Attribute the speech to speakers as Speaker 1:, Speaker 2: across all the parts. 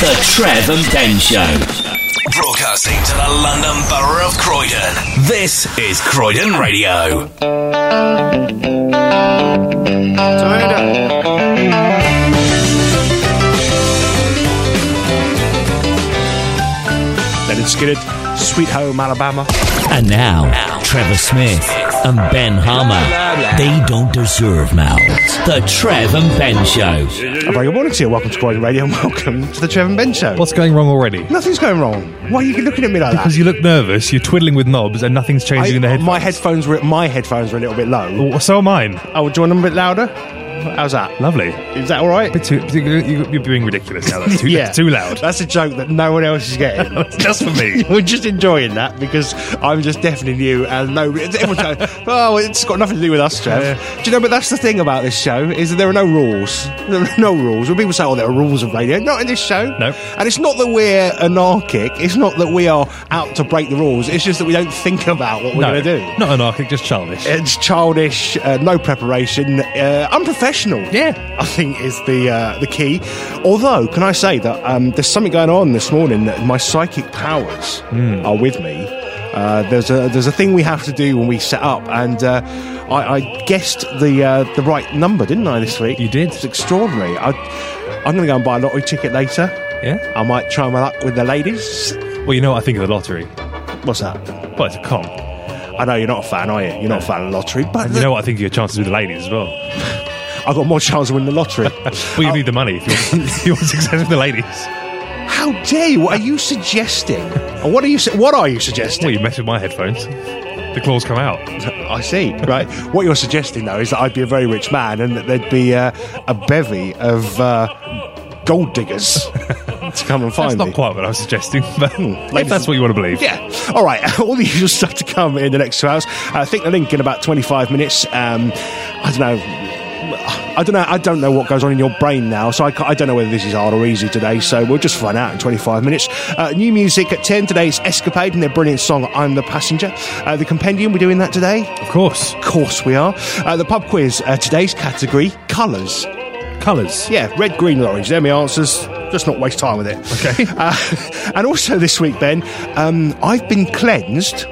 Speaker 1: The Trev and Ben Show.
Speaker 2: Broadcasting to the London Borough of Croydon. This is Croydon Radio.
Speaker 3: Leonard Skinner, Sweet Home Alabama.
Speaker 4: And now, Trevor Smith and Ben Harmer. They don't deserve mouths. The Trev and Ben Show.
Speaker 3: A very good morning to you. Welcome to Croydon Radio and welcome to the Trevor and Ben Show.
Speaker 5: What's going wrong already?
Speaker 3: Nothing's going wrong. Why are you looking at me like
Speaker 5: Because
Speaker 3: that?
Speaker 5: you look nervous, you're twiddling with knobs, and nothing's changing in the
Speaker 3: I-
Speaker 5: head.
Speaker 3: my headphones were my headphones were a little bit low.
Speaker 5: Oh, so am mine.
Speaker 3: Oh, do you want them a bit louder? How's that?
Speaker 5: Lovely.
Speaker 3: Is that all right?
Speaker 5: Bit too, you- you're being ridiculous now. That's too, that's too loud.
Speaker 3: That's a joke that no one else is getting.
Speaker 5: That's just for me.
Speaker 3: We're just enjoying that because I'm just deafening you and no. Everyone's going, oh, it's got nothing to do with us, Trev.
Speaker 5: Yeah.
Speaker 3: Do you know? But that's the thing about this show is that there are no rules. There are no rules. When people say, "Oh, there are rules of radio," not in this show.
Speaker 5: No.
Speaker 3: And it's not that we're anarchic. It's not that we are out to break the rules. It's just that we don't think about what we're
Speaker 5: no,
Speaker 3: going to do. Eh.
Speaker 5: not anarchic, just childish.
Speaker 3: It's childish, uh, no preparation, uh, unprofessional.
Speaker 5: Yeah.
Speaker 3: I think is the uh, the key. Although, can I say that um, there's something going on this morning that my psychic powers
Speaker 5: Hmm.
Speaker 3: are with me. Uh, there's a there's a thing we have to do when we set up, and uh, I, I guessed the uh, the right number, didn't I? This week
Speaker 5: You did.
Speaker 3: It's extraordinary. I, I'm going to go and buy a lottery ticket later.
Speaker 5: Yeah?
Speaker 3: I might try my luck with the ladies.
Speaker 5: Well, you know what I think of the lottery.
Speaker 3: What's that?
Speaker 5: Well, it's a comp.
Speaker 3: I know you're not a fan, are you? You're not a fan of the lottery, but
Speaker 5: And you know what I think of your chances with the ladies as well.
Speaker 3: I've got more chance of winning the lottery. Oh.
Speaker 5: Well, you need the money if you want, if you want success with the ladies.
Speaker 3: How dare you? What are you suggesting? And what are you? su- What are you suggesting?
Speaker 5: Well, you mess with my headphones. The claws come out.
Speaker 3: I see. Right. what you're suggesting though is that I'd be a very rich man and that there'd be uh, a bevy of uh, gold diggers to come and
Speaker 5: That's
Speaker 3: find me.
Speaker 5: not quite what I was suggesting, but if
Speaker 3: Hmm, ladies-
Speaker 5: that's what you want to believe.
Speaker 3: Yeah. All right. All the usual stuff to come in the next two hours. I think the link in about 25 minutes. Um, I don't know. I don't know. I don't know what goes on in your brain now, so I, ca- I don't know whether this is hard or easy today. So we'll just find out in 25 minutes. Uh, new music at 10 today's Escapade and their brilliant song "I'm the Passenger." Uh, the Compendium. We're doing that today.
Speaker 5: Of course.
Speaker 3: Of course we are. Uh, the pub quiz. Uh, today's category: colours.
Speaker 5: Colours.
Speaker 3: Yeah, red, green, and orange. They're my answers. Just not waste time with it.
Speaker 5: Okay.
Speaker 3: Uh, and also this week, Ben, um, I've been cleansed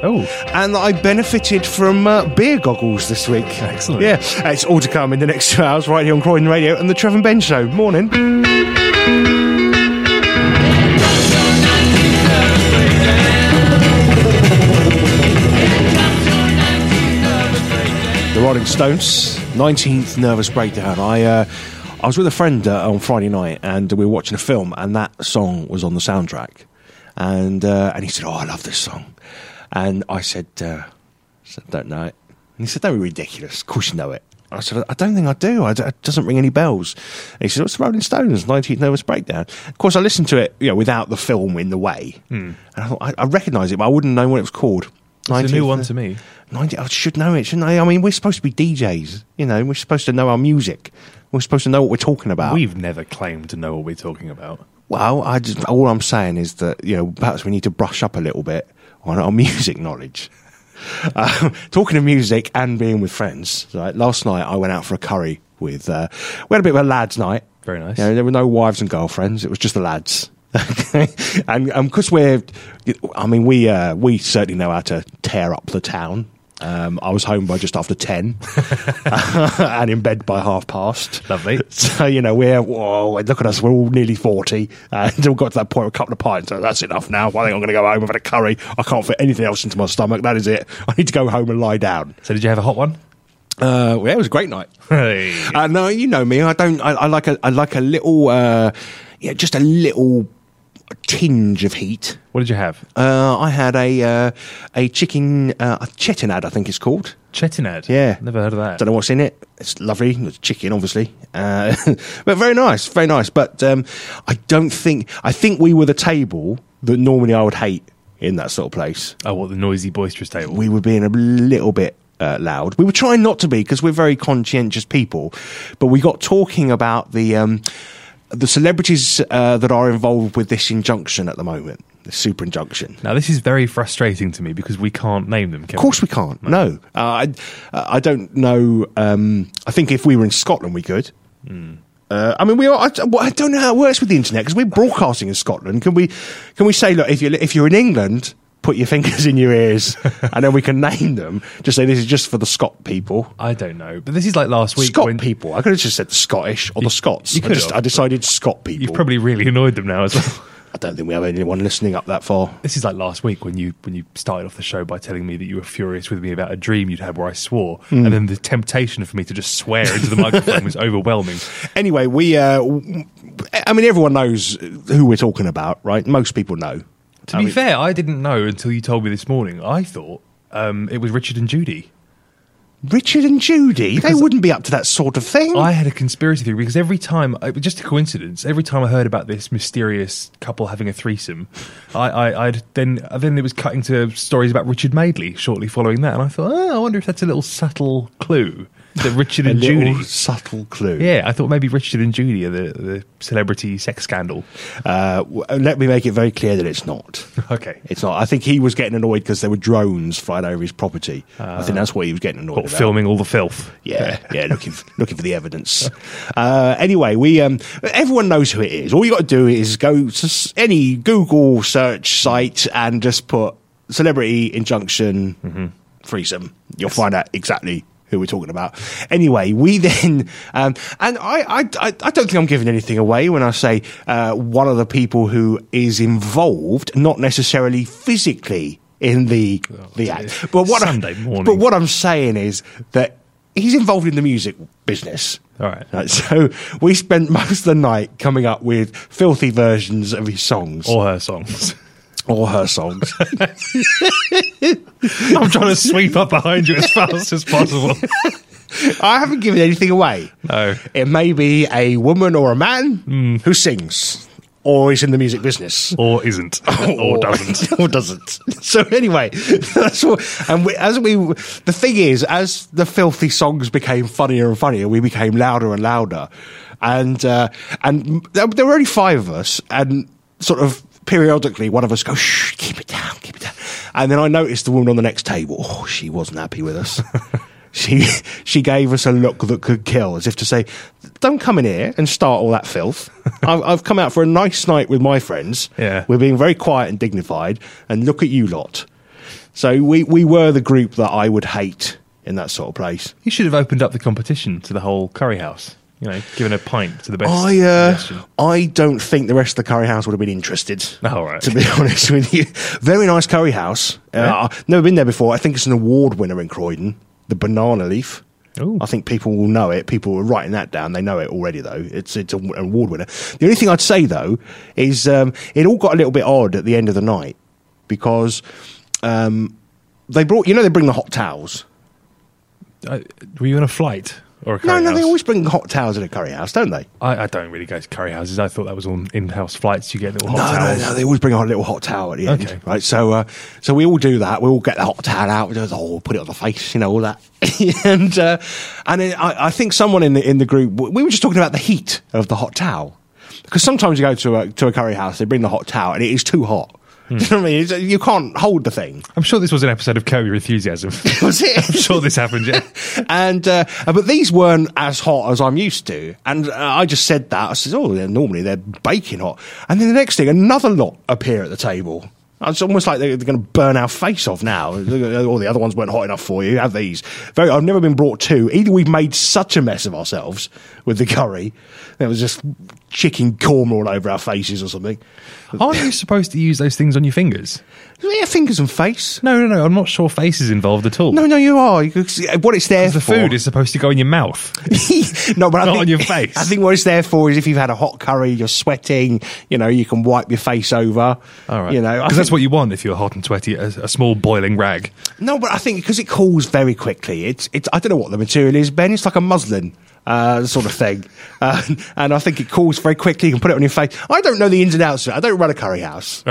Speaker 5: Oh.
Speaker 3: and I benefited from uh, beer goggles this week.
Speaker 5: Excellent.
Speaker 3: Yeah, uh, it's all to come in the next two hours right here on Croydon Radio and the Trevor and Ben Show. Morning. The Rolling Stones, 19th Nervous Breakdown. I, uh, I was with a friend uh, on Friday night and we were watching a film, and that song was on the soundtrack. And, uh, and he said, Oh, I love this song. And I said, uh, I said Don't know it. And he said, Don't be ridiculous. Of course you know it. I said, I don't think I do. I d- it doesn't ring any bells. And he said, What's the Rolling Stones, 19th Nervous Breakdown? Of course, I listened to it you know, without the film in the way. And I thought, I, I recognise it, but I wouldn't know what it was called.
Speaker 5: Hmm. It's
Speaker 3: 19th
Speaker 5: a new one to me.
Speaker 3: 90, I should know it, shouldn't I? I mean, we're supposed to be DJs, you know, we're supposed to know our music. We're supposed to know what we're talking about.
Speaker 5: We've never claimed to know what we're talking about.
Speaker 3: well, I just, all I'm saying is that, you know, perhaps we need to brush up a little bit on our music knowledge. um, talking of music and being with friends, right? Last night I went out for a curry with, uh, we had a bit of a lads' night.
Speaker 5: Very nice.
Speaker 3: You know, there were no wives and girlfriends, it was just the lads. Okay. and because we're, I mean, we uh, we certainly know how to tear up the town. Um, I was home by just after ten, and in bed by half past.
Speaker 5: Lovely.
Speaker 3: So you know we're whoa, and look at us, we're all nearly forty, uh, and we got to that point with a couple of pints. So that's enough now. I think I'm going to go home. I've had a curry. I can't fit anything else into my stomach. That is it. I need to go home and lie down.
Speaker 5: So did you have a hot one?
Speaker 3: Uh, well, it was a great night.
Speaker 5: Hey.
Speaker 3: Uh, no, you know me. I don't. I, I like a. I like a little. Uh, yeah, just a little tinge of heat.
Speaker 5: What did you have?
Speaker 3: Uh, I had a uh, a chicken uh, chetinad, I think it's called.
Speaker 5: Chetinad.
Speaker 3: Yeah,
Speaker 5: Never heard of that.
Speaker 3: Don't know what's in it. It's lovely. It's chicken, obviously, uh, but very nice, very nice. But um, I don't think I think we were the table that normally I would hate in that sort of place.
Speaker 5: Oh, what the noisy, boisterous table.
Speaker 3: we were being a little bit uh, loud. We were trying not to be because we're very conscientious people, but we got talking about the um, the celebrities uh, that are involved with this injunction at the moment, the super injunction.
Speaker 5: now, this is very frustrating to me because we can't name them. Can
Speaker 3: Of course, we can't. No,
Speaker 5: Hmm.
Speaker 3: uh, I, I don't know. Um, I think if we were in Scotland, we could. Uh, I mean, we are. I, well, I don't know how it works with the internet because we're broadcasting in Scotland. Can we? Can we say, look, if you if you're in England, put your fingers in your ears, and then we can name them. Just say this is just for the Scot people.
Speaker 5: I don't know, but this is like last week.
Speaker 3: Scot
Speaker 5: when
Speaker 3: people. I could have just said the Scottish or the Scots.
Speaker 5: you
Speaker 3: I,
Speaker 5: could
Speaker 3: just,
Speaker 5: have,
Speaker 3: I decided Scot people.
Speaker 5: You've probably really annoyed them now as well.
Speaker 3: I don't think we have anyone listening up that far.
Speaker 5: This is like last week when you when you started off the show by telling me that you were furious with me about a dream you'd had where I swore, and then the temptation for me to just swear into the microphone was overwhelming.
Speaker 3: Anyway, we. Uh, w- I mean, everyone knows who we're talking about, right? Most people know.
Speaker 5: To be fair, I didn't know until you told me this morning. I thought um, it was Richard and Judy.
Speaker 3: Richard and Judy.
Speaker 5: Because-
Speaker 3: they wouldn't be up to that sort of thing.
Speaker 5: I had a conspiracy theory because every time, it was just a coincidence, every time I heard about this mysterious couple having a threesome, I, I, I'd then uh, then it was cutting to stories about Richard Madeley shortly following that, and I thought, oh, I wonder if that's a little subtle clue that Richard
Speaker 3: a
Speaker 5: and Judy.
Speaker 3: little subtle clue.
Speaker 5: Yeah, I thought maybe Richard and Judy are the, the celebrity sex scandal.
Speaker 3: Uh, w- let me make it very clear that it's not.
Speaker 5: Okay.
Speaker 3: It's not. I think he was getting annoyed because there were drones flying over his property. I think that's what he was getting annoyed
Speaker 5: What,
Speaker 3: about.
Speaker 5: filming all Ah. the filth.
Speaker 3: Yeah, yeah, looking for, looking for the evidence. Uh, anyway, we um, everyone knows who it is. All you got to do is go to s- any Google search site and just put celebrity injunction
Speaker 5: Mm-hmm.
Speaker 3: threesome. You'll find out exactly who we're talking about. Anyway, we then um, and I, I I I don't think I'm giving anything away when I say uh, one of the people who is involved, not necessarily physically. In the the act, but what I-
Speaker 5: Sunday morning.
Speaker 3: But what I'm saying is that he's involved in the music business.
Speaker 5: All right.
Speaker 3: So we spent most of the night coming up with filthy versions of his songs or,
Speaker 5: Or her songs.
Speaker 3: her songs.
Speaker 5: I'm trying to sweep up behind you as fast as possible.
Speaker 3: I haven't given anything away.
Speaker 5: No. Hmm.
Speaker 3: It may be a woman or a man who sings or is in the music business.
Speaker 5: Or isn't. Or doesn't.
Speaker 3: Oh, or doesn't. So anyway, that's what. And we, as we, the thing is, as the filthy songs became funnier and funnier, we became louder and louder, and uh, and there, there were only five of us, and sort of periodically one of us goes, shh, keep it down, keep it down, and then I noticed the woman on the next table. Oh, she wasn't happy with us. She she gave us a look that could kill, as if to say, "Don't come in here and start all that filth. I've, I've come out for a nice night with my friends.
Speaker 5: Yeah.
Speaker 3: We're being very quiet and dignified, and look at you lot." So we we were the group that I would hate in that sort of place.
Speaker 5: You should have opened up the competition to the whole curry house. You know, given a pint to the best.
Speaker 3: I uh,
Speaker 5: suggestion.
Speaker 3: I don't think the rest of the curry house would have been interested.
Speaker 5: All right.
Speaker 3: To be honest with you, very nice curry house. Uh,
Speaker 5: Yeah.
Speaker 3: I've never been there before. I think it's an award winner in Croydon, the Banana Leaf.
Speaker 5: Ooh.
Speaker 3: I think people will know it. People are writing that down. They know it already, though. It's it's an award winner. The only thing I'd say though is um, it all got a little bit odd at the end of the night because um, they brought you know they bring the hot towels.
Speaker 5: I- were you on a flight or a curry
Speaker 3: no, no,
Speaker 5: house?
Speaker 3: they always bring hot towels at a curry house, don't they?
Speaker 5: I, I don't really go to curry houses. I thought that was on in-house flights. You get little hot
Speaker 3: no,
Speaker 5: towels.
Speaker 3: No, no, they always bring out a little hot towel at the end,
Speaker 5: Okay.
Speaker 3: right? So, uh, so we all do that. We all get the hot towel out. We just oh, put it on the face, you know, all that. and uh, and then I, I think someone in the in the group we were just talking about the heat of the hot towel because sometimes you go to a to a curry house, they bring the hot towel, and it is too hot. Do you know what I mean? It's- you can't hold the thing.
Speaker 5: I'm sure this was an episode of Curry Your Enthusiasm.
Speaker 3: Was it?
Speaker 5: I'm sure this happened, yeah.
Speaker 3: and uh, but these weren't as hot as I'm used to, and uh, I just said that. I said, "Oh, they're, normally they're baking hot." And then the next thing, another lot appear at the table. It's almost like they're, they're going to burn our face off now. All the other ones weren't hot enough for you. Have these? Very, I've never been brought to. Either we've made such a mess of ourselves with the curry, there was just chicken korma all over our faces or something.
Speaker 5: Aren't you supposed to use those things on your fingers?
Speaker 3: Yeah, fingers and face.
Speaker 5: No, no, no. I'm not sure face is involved at all.
Speaker 3: No, no, you are. You could see- what it's there
Speaker 5: The
Speaker 3: for?
Speaker 5: food is supposed to go in your mouth.
Speaker 3: no, but I
Speaker 5: Not
Speaker 3: think,
Speaker 5: on your face.
Speaker 3: I think what it's there for is if you've had a hot curry, you're sweating. You know, you can wipe your face over.
Speaker 5: All right.
Speaker 3: You know, I
Speaker 5: because that's
Speaker 3: think-
Speaker 5: what you want if you're hot and sweaty, a, a small boiling rag.
Speaker 3: No, but I think because it cools very quickly. It's it's. I don't know what the material is, Ben. It's like a muslin. Uh, sort of thing, uh, and I think it cools very quickly. You can put it on your face. I don't know the ins and outs of it. I don't run a curry house.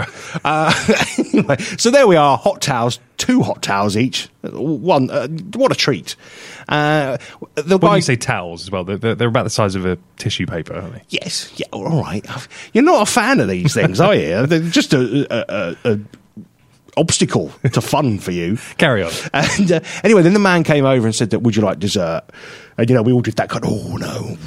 Speaker 3: uh, anyway, so there we are, hot towels, two hot towels each. One, uh, what a treat! Uh, the
Speaker 5: When
Speaker 3: guy-
Speaker 5: you say towels as well, they're- they're, they're about the size of a tissue paper, aren't they?
Speaker 3: Yes. Yeah. All right. You're not a fan of these things, are you? They're just a, a, a, a obstacle to fun for you.
Speaker 5: Carry on.
Speaker 3: And uh, anyway, then the man came over and said that would you like dessert? And, you know, we all did that kind of, oh, no,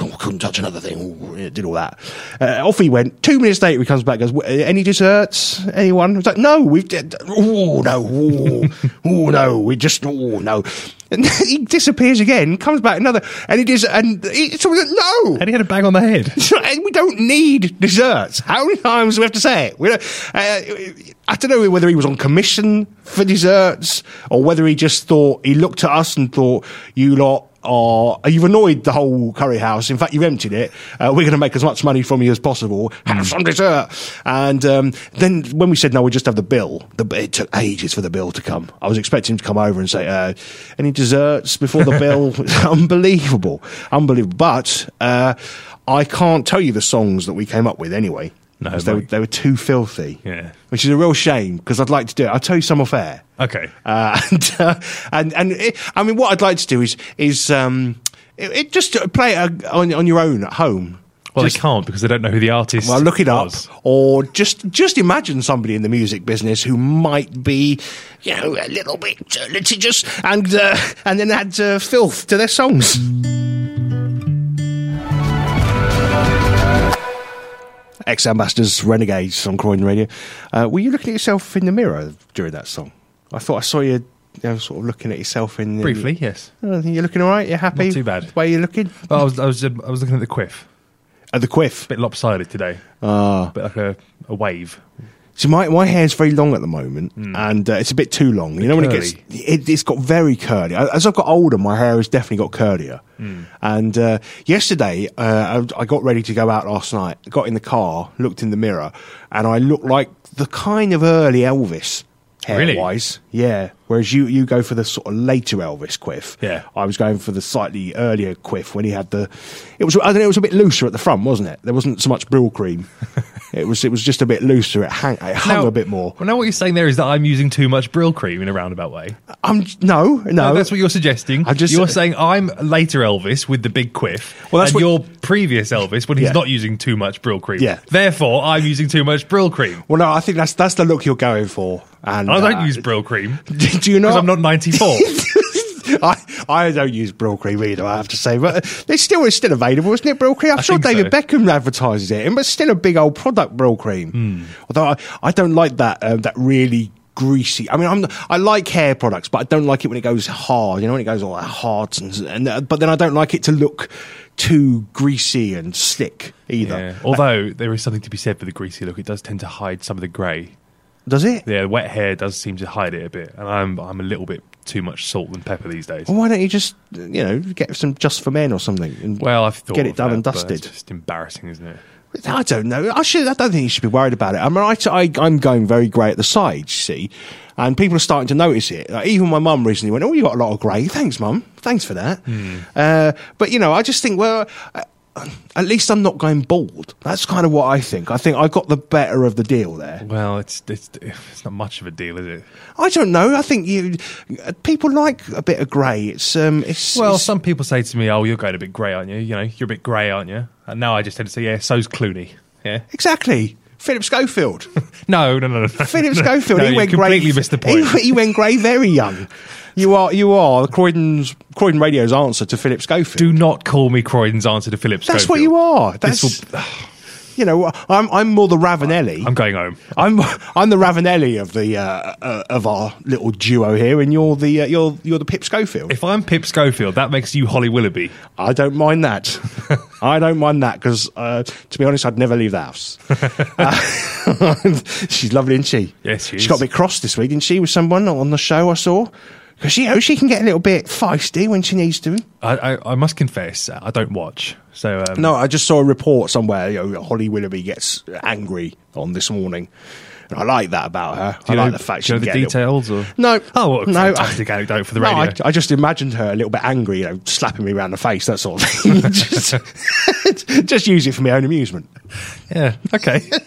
Speaker 3: oh, couldn't touch another thing. Oh, yeah, did all that. Uh, off he went. Two minutes later, he comes back goes, "W- any desserts? Anyone? It's like, no, we've, did- oh, no, oh, oh, no, we just, oh, no. And he disappears again, comes back another, and it is, and it's all, no.
Speaker 5: And he had a bang on the head.
Speaker 3: And we don't need desserts. How many times do we have to say it? We don't, uh, I don't know whether he was on commission for desserts or whether he just thought he looked at us and thought, "You lot are you've annoyed the whole curry house. In fact, you've emptied it. Uh, we're going to make as much money from you as possible. Have some dessert." And um, then when we said no, we just have the bill. The, it took ages for the bill to come. I was expecting him to come over and say, uh, "Any desserts before the bill?" unbelievable, unbelievable. But. Uh, I can't tell you the songs that we came up with anyway.
Speaker 5: No,
Speaker 3: because they, were-
Speaker 5: mate.
Speaker 3: they were too filthy.
Speaker 5: Yeah.
Speaker 3: Which is a real shame because I'd like to do it. I'll tell you some off air.
Speaker 5: Okay.
Speaker 3: Uh, and, uh, and and it, I mean, what I'd like to do is is um, it, it just uh, play it uh, on on your own at home.
Speaker 5: well,
Speaker 3: just,
Speaker 5: they can't because they don't know who the artist.
Speaker 3: well, look it up,
Speaker 5: was.
Speaker 3: or just just imagine somebody in the music business who might be, you know, a little bit uh, litigious, and uh, and then add uh, filth to their songs. Ex ambassadors, renegades on Croydon Radio. Uh, were you looking at yourself in the mirror during that song? I thought I saw you, you know, sort of looking at yourself in the-
Speaker 5: Briefly, yes.
Speaker 3: Oh, you're looking all right. You're happy.
Speaker 5: Not too bad.
Speaker 3: Where you looking?
Speaker 5: Well, I was, I was, um, I was looking at the quiff.
Speaker 3: At the quiff.
Speaker 5: Bit lopsided today.
Speaker 3: Ah.
Speaker 5: A bit like a, a wave.
Speaker 3: So my, my hair's very long at the moment, and uh, it's a bit too long. You know when it
Speaker 5: Hmm. curly.
Speaker 3: gets, it, it's got very curly. I- As I've got older, my hair has definitely got curlier.
Speaker 5: Hmm.
Speaker 3: And uh, yesterday, uh, I, I got ready to go out last night. Got in the car, looked in the mirror, and I looked like the kind of early Elvis
Speaker 5: Really?
Speaker 3: hair wise. Yeah. Whereas you you go for the sort of later Elvis quiff.
Speaker 5: Yeah.
Speaker 3: I was going for the slightly earlier quiff when he had the. It was I don't know. It was a bit looser at the front, wasn't it? There wasn't so much brill cream. it was it was just a bit looser. It hang it hung
Speaker 5: Now-
Speaker 3: a bit more.
Speaker 5: Well, now what you're saying there is that I'm using too much Brill cream in a roundabout way.
Speaker 3: I'm no no.
Speaker 5: No, that's what you're suggesting.
Speaker 3: I'm just-
Speaker 5: you're saying I'm later Elvis with the big quiff.
Speaker 3: Well, that's
Speaker 5: and
Speaker 3: what-
Speaker 5: your previous Elvis when he's
Speaker 3: Yeah.
Speaker 5: not using too much Brill cream.
Speaker 3: Yeah.
Speaker 5: Therefore, I'm using too much Brill cream.
Speaker 3: well, no, I think that's that's the look you're going for. And
Speaker 5: I don't
Speaker 3: uh,
Speaker 5: use Brill cream
Speaker 3: Do you know?
Speaker 5: because I'm not 94.
Speaker 3: I, I don't use Brill Cream either, I have to say, but it's still it's still available, isn't it? Brill Cream. I'm
Speaker 5: I
Speaker 3: sure
Speaker 5: think
Speaker 3: David
Speaker 5: so.
Speaker 3: Beckham advertises it, but it's still a big old product, Brill Cream.
Speaker 5: Hmm.
Speaker 3: Although I, I don't like that um, that really greasy. I mean, I'm I like hair products, but I don't like it when it goes hard. You know, when it goes all hard, and, and uh, but then I don't like it to look too greasy and slick either.
Speaker 5: Yeah. Although there is something to be said for the greasy look, it does tend to hide some of the grey.
Speaker 3: Does it?
Speaker 5: Yeah, wet hair does seem to hide it a bit, and I'm I'm a little bit too much salt and pepper these days.
Speaker 3: Well, why don't you just you know get some just for men or something? And
Speaker 5: Well, I've thought
Speaker 3: get it
Speaker 5: of
Speaker 3: done
Speaker 5: that,
Speaker 3: and
Speaker 5: but it's
Speaker 3: dusted.
Speaker 5: just embarrassing, isn't it?
Speaker 3: I don't know. I should. I don't think you should be worried about it. I mean, I, I, I'm going very grey at the sides, you see, and people are starting to notice it. Like, even my mum recently went, "Oh, you got a lot of grey. Thanks, mum. Thanks for that."
Speaker 5: Hmm.
Speaker 3: Uh, but you know, I just think, well, uh, at least I'm not going bald. That's kind of what I think. I think I got the better of the deal there.
Speaker 5: Well, it's it's it's not much of a deal, is it?
Speaker 3: I don't know. I think you uh, people like a bit of grey. It's um, it's
Speaker 5: Well,
Speaker 3: it's-
Speaker 5: some people say to me, "Oh, you're going a bit grey, aren't you? You know, you're a bit grey, aren't you?" And now I just tend to say, "Yeah, so's Clooney." Yeah.
Speaker 3: exactly. Philip Schofield.
Speaker 5: No, no, no, no.
Speaker 3: Philip Schofield,
Speaker 5: No,
Speaker 3: he
Speaker 5: you
Speaker 3: went
Speaker 5: completely
Speaker 3: grey.
Speaker 5: missed the point.
Speaker 3: He, he went grey very young. You are, you are Croydon's Croydon Radio's answer to Philip Schofield.
Speaker 5: Do not call me Croydon's answer to Philip Schofield.
Speaker 3: That's what you are. That's
Speaker 5: This
Speaker 3: you know, I'm I'm more the Ravenelli.
Speaker 5: I'm going home.
Speaker 3: I'm I'm the Ravenelli of the uh, uh, of our little duo here, and you're the uh, you're you're the Pip Schofield.
Speaker 5: If I'm Pip Schofield, that makes you Holly Willoughby.
Speaker 3: I don't mind that. I don't mind that because, uh, to be honest, I'd never leave the house. Uh, she's lovely, isn't she?
Speaker 5: Yes, she
Speaker 3: She
Speaker 5: is.
Speaker 3: got a bit cross this week, didn't she, with someone on the show I saw? Because you know, she can get a little bit feisty when she needs to.
Speaker 5: I, I, I must confess, I don't watch. So um,
Speaker 3: No, I just saw a report somewhere. You know, Holly Willoughby gets angry on this morning, and I like that about her. I
Speaker 5: do you know,
Speaker 3: like the fact she
Speaker 5: do you
Speaker 3: can
Speaker 5: know
Speaker 3: get
Speaker 5: the
Speaker 3: a little-
Speaker 5: details or
Speaker 3: No.
Speaker 5: Oh, what a
Speaker 3: No, I-
Speaker 5: fantastic anecdote for the
Speaker 3: No,
Speaker 5: radio.
Speaker 3: I, I just imagined her a little bit angry, you know, slapping me around the face, that sort of thing. just, just use it for my own amusement.
Speaker 5: yeah. Okay.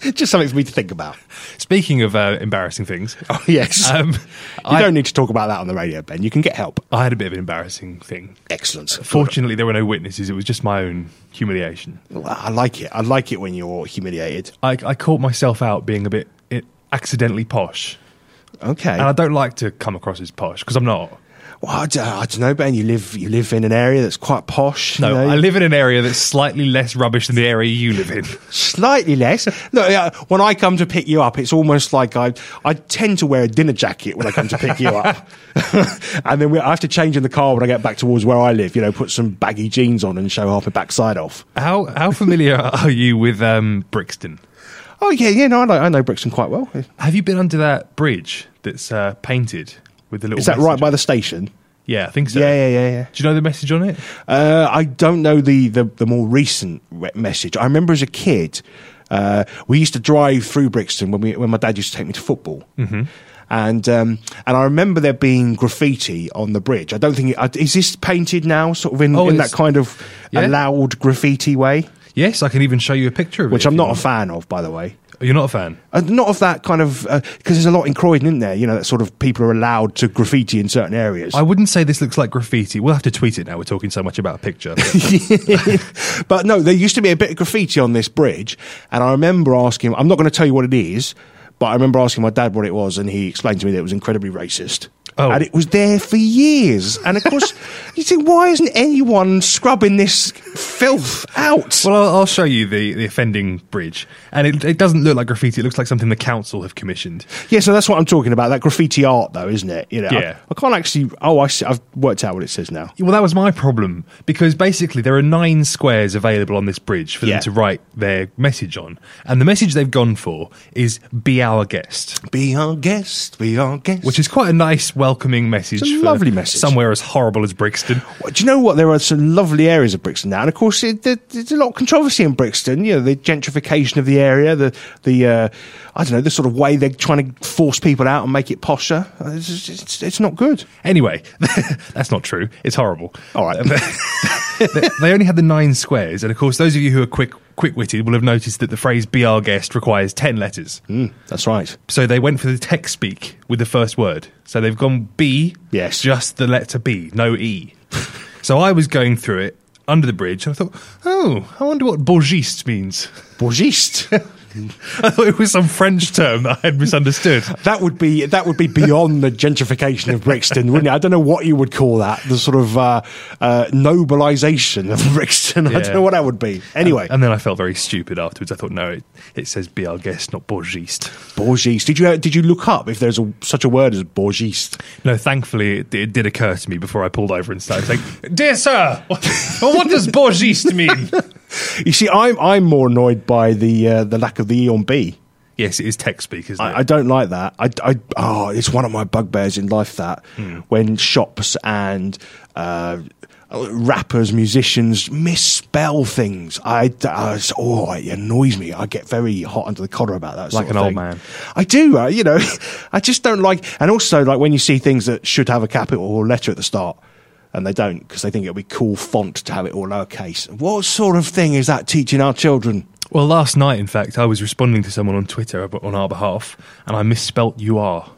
Speaker 3: Just something for me to think about.
Speaker 5: Speaking of uh, embarrassing things,
Speaker 3: Oh, yes.
Speaker 5: um,
Speaker 3: you
Speaker 5: I,
Speaker 3: don't need to talk about that on the radio, Ben. You can get help.
Speaker 5: I had a bit of an embarrassing thing.
Speaker 3: Excellent.
Speaker 5: Fortunately, there were no witnesses. It was just my own humiliation.
Speaker 3: I like it. I like it when you're humiliated.
Speaker 5: I, I caught myself out being a bit it, accidentally posh,
Speaker 3: Okay.
Speaker 5: Uh, and I don't like to come across as posh because I'm not.
Speaker 3: Well, I don't, I don't know, Ben. You live you live in an area that's quite posh.
Speaker 5: No,
Speaker 3: you know?
Speaker 5: I live in an area that's slightly less rubbish than the area you live in.
Speaker 3: slightly less. Look, uh, when I come to pick you up, it's almost like I I tend to wear a dinner jacket when I come to pick you up, and then we, I have to change in the car when I get back towards where I live. You know, put some baggy jeans on and show half my backside off.
Speaker 5: How how familiar are you with um, Brixton?
Speaker 3: Oh yeah, yeah. No, I know, I know Brixton quite well.
Speaker 5: Have you been under that bridge that's uh, painted with the little?
Speaker 3: Is that
Speaker 5: message
Speaker 3: right by
Speaker 5: on-
Speaker 3: the station?
Speaker 5: Yeah, I think so.
Speaker 3: Yeah, yeah, yeah, yeah.
Speaker 5: Do you know the message on it?
Speaker 3: Uh, I don't know the, the, the more recent re- message. I remember as a kid, uh, we used to drive through Brixton when, we, when my dad used to take me to football. Mm-hmm. And um, and I remember there being graffiti on the bridge. I don't think it, uh, is this painted now, sort of in,
Speaker 5: Oh,
Speaker 3: in
Speaker 5: it's-
Speaker 3: that kind of
Speaker 5: yeah.
Speaker 3: allowed graffiti way,
Speaker 5: Yes, I can even show you a picture of it.
Speaker 3: which
Speaker 5: if
Speaker 3: I'm
Speaker 5: you
Speaker 3: not a
Speaker 5: want.
Speaker 3: fan of, by the way.
Speaker 5: You're not a fan.
Speaker 3: Uh, not of that kind of because there's a lot in Croydon, isn't there? You know that sort of people are allowed to graffiti in certain areas.
Speaker 5: I wouldn't say this looks like graffiti. We'll have to tweet it now. We're talking so much about a picture.
Speaker 3: but no, there used to be a bit of graffiti on this bridge, and I remember asking. I'm not going to tell you what it is, but I remember asking my dad what it was, and he explained to me that it was incredibly racist.
Speaker 5: Oh.
Speaker 3: And it was there for years. And of course, you think, why isn't anyone scrubbing this filth out?
Speaker 5: well, I'll, I'll show you the, the offending bridge. And it, it doesn't look like graffiti. It looks like something the council have commissioned.
Speaker 3: yeah, so that's what I'm talking about. That graffiti art, though, isn't it? You know, I-
Speaker 5: Yeah.
Speaker 3: I, can't actually. Oh, I see, I've worked out what it says now.
Speaker 5: Well, that was my problem because basically there are nine squares available on this bridge for
Speaker 3: Yeah.
Speaker 5: them to write their message on. And the message they've gone for is be our guest,
Speaker 3: Be our guest. Be our guest.
Speaker 5: which is quite a nice, welcoming message.
Speaker 3: It's a
Speaker 5: for
Speaker 3: lovely message.
Speaker 5: Somewhere as horrible as Brixton.
Speaker 3: Well, Do you know what? There are some lovely areas of Brixton now, and of course, it, there, there's a lot of controversy in Brixton. You know, the gentrification of the area, the the uh, I don't know, the sort of way they're trying to force people out and make it posher. Uh, It's, just- it's, it's not good.
Speaker 5: Anyway, that's not true. It's horrible.
Speaker 3: All right.
Speaker 5: they, they only had the nine squares, and of course, those of you who are quick quick witted will have noticed that the phrase "be our guest" requires ten letters.
Speaker 3: Hmm. That's right.
Speaker 5: So they went for the text speak with the first word. So they've gone B,
Speaker 3: Yes.
Speaker 5: just the letter B, no E. so I was going through it under the bridge, and I thought, oh, I wonder what bourgiste means.
Speaker 3: Bourgiste.
Speaker 5: I thought it was some French term that I had misunderstood.
Speaker 3: that would be that would be beyond the gentrification of Brixton, wouldn't it? I don't know what you would call that. The sort of uh, uh, nobilisation of Brixton. I
Speaker 5: Yeah.
Speaker 3: don't know what that would be. Anyway,
Speaker 5: And then I felt very stupid afterwards. I thought, no, it, it says be our guest, not bourgiste.
Speaker 3: bourgiste. Did you uh, did you look up if there's a, such a word as bourgiste?
Speaker 5: No, thankfully, it, it did occur to me before I pulled over and started saying, Dear sir, what, well, what does bourgiste mean?
Speaker 3: You see, I'm I'm more annoyed by the uh, the lack of the E on B.
Speaker 5: yes, it is text speak, isn't
Speaker 3: I, I
Speaker 5: it?
Speaker 3: don't like that. I, I oh, it's one of my bugbears in life that
Speaker 5: Hmm.
Speaker 3: when shops and uh, rappers, musicians misspell things, I, I it's- oh it annoys me. I get very hot under the collar about that. sort
Speaker 5: Like
Speaker 3: of
Speaker 5: an old
Speaker 3: thing.
Speaker 5: man.
Speaker 3: I do. Uh, you know, I just don't like. And also, like when you see things that should have a capital or letter at the start. And they don't because they think it'll be cool font to have it all lowercase. What sort of thing is that teaching our children?
Speaker 5: well, last night, in fact, I was responding to someone on Twitter ab- on our behalf, and I misspelt you are.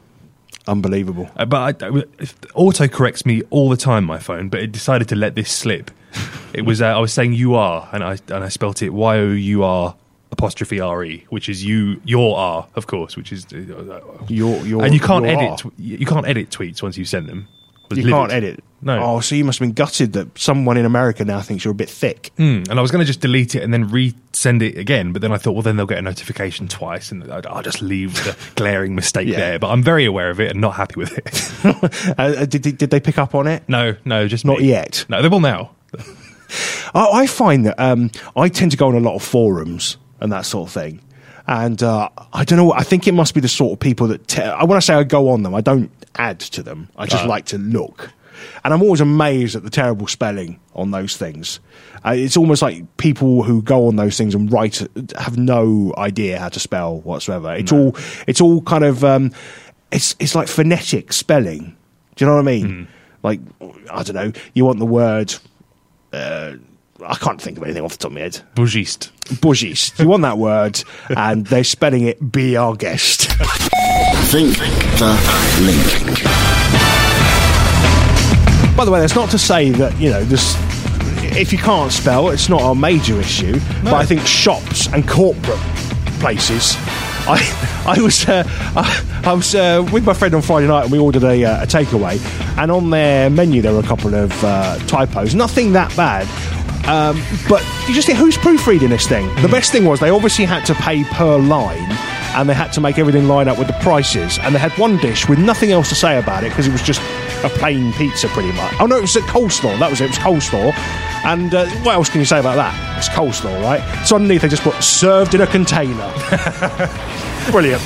Speaker 3: Unbelievable.
Speaker 5: Uh, But I, I, auto corrects me all the time, my phone, but it decided to let this slip. It was, uh, I was saying you are, and I, and I spelt it Y O U R apostrophe R E, which is you, your R, of course, which is. Uh,
Speaker 3: Your, your,
Speaker 5: and you can't
Speaker 3: your
Speaker 5: edit.
Speaker 3: art.
Speaker 5: tw- You can't edit tweets once you've sent them.
Speaker 3: You
Speaker 5: Livid.
Speaker 3: can't edit.
Speaker 5: No.
Speaker 3: Oh, so you must have been gutted that someone in America now thinks you're a bit thick.
Speaker 5: Mm, and I was going to just delete it and then resend it again, but then I thought, well, then they'll get a notification twice, and I'd- I'll just leave the glaring mistake
Speaker 3: Yeah.
Speaker 5: there. But I'm very aware of it and not happy with it.
Speaker 3: uh, uh, did, did, did they pick up on it?
Speaker 5: no, no, just
Speaker 3: Not
Speaker 5: me.
Speaker 3: yet.
Speaker 5: No, they will now.
Speaker 3: I, I find that um, I tend to go on a lot of forums and that sort of thing. And uh, I don't know. I think it must be the sort of people that te- I- when I say I go on them, I don't add to them. I just like to look, and I'm always amazed at the terrible spelling on those things. Uh, it's almost like people who go on those things and write have no idea how to spell whatsoever. It's all it's all kind of um, it's it's like phonetic spelling. Do you know what I mean? Like I don't know. You want the word I can't think of anything off the top of my head.
Speaker 5: Bougiste.
Speaker 3: Bougiste. You want that word, and they're spelling it be our guest.
Speaker 1: Think the link.
Speaker 3: By the way, that's not to say that, you know, this. If you can't spell, it's not a major issue. But I think shops and corporate places I, I was, uh, I, I was uh, with my friend on Friday night, and we ordered a, uh, a takeaway. And on their menu, there were a couple of uh, typos. Nothing that bad. Um, but you just think, who's proofreading this thing? The best thing was they obviously had to pay per line, and they had to make everything line up with the prices. And they had one dish with nothing else to say about it because it was just a plain pizza, pretty much. Oh no, it was a coleslaw. That was it. It was coleslaw. And uh, what else can you say about that? It's coleslaw, right? So underneath they just put served in a container. Brilliant.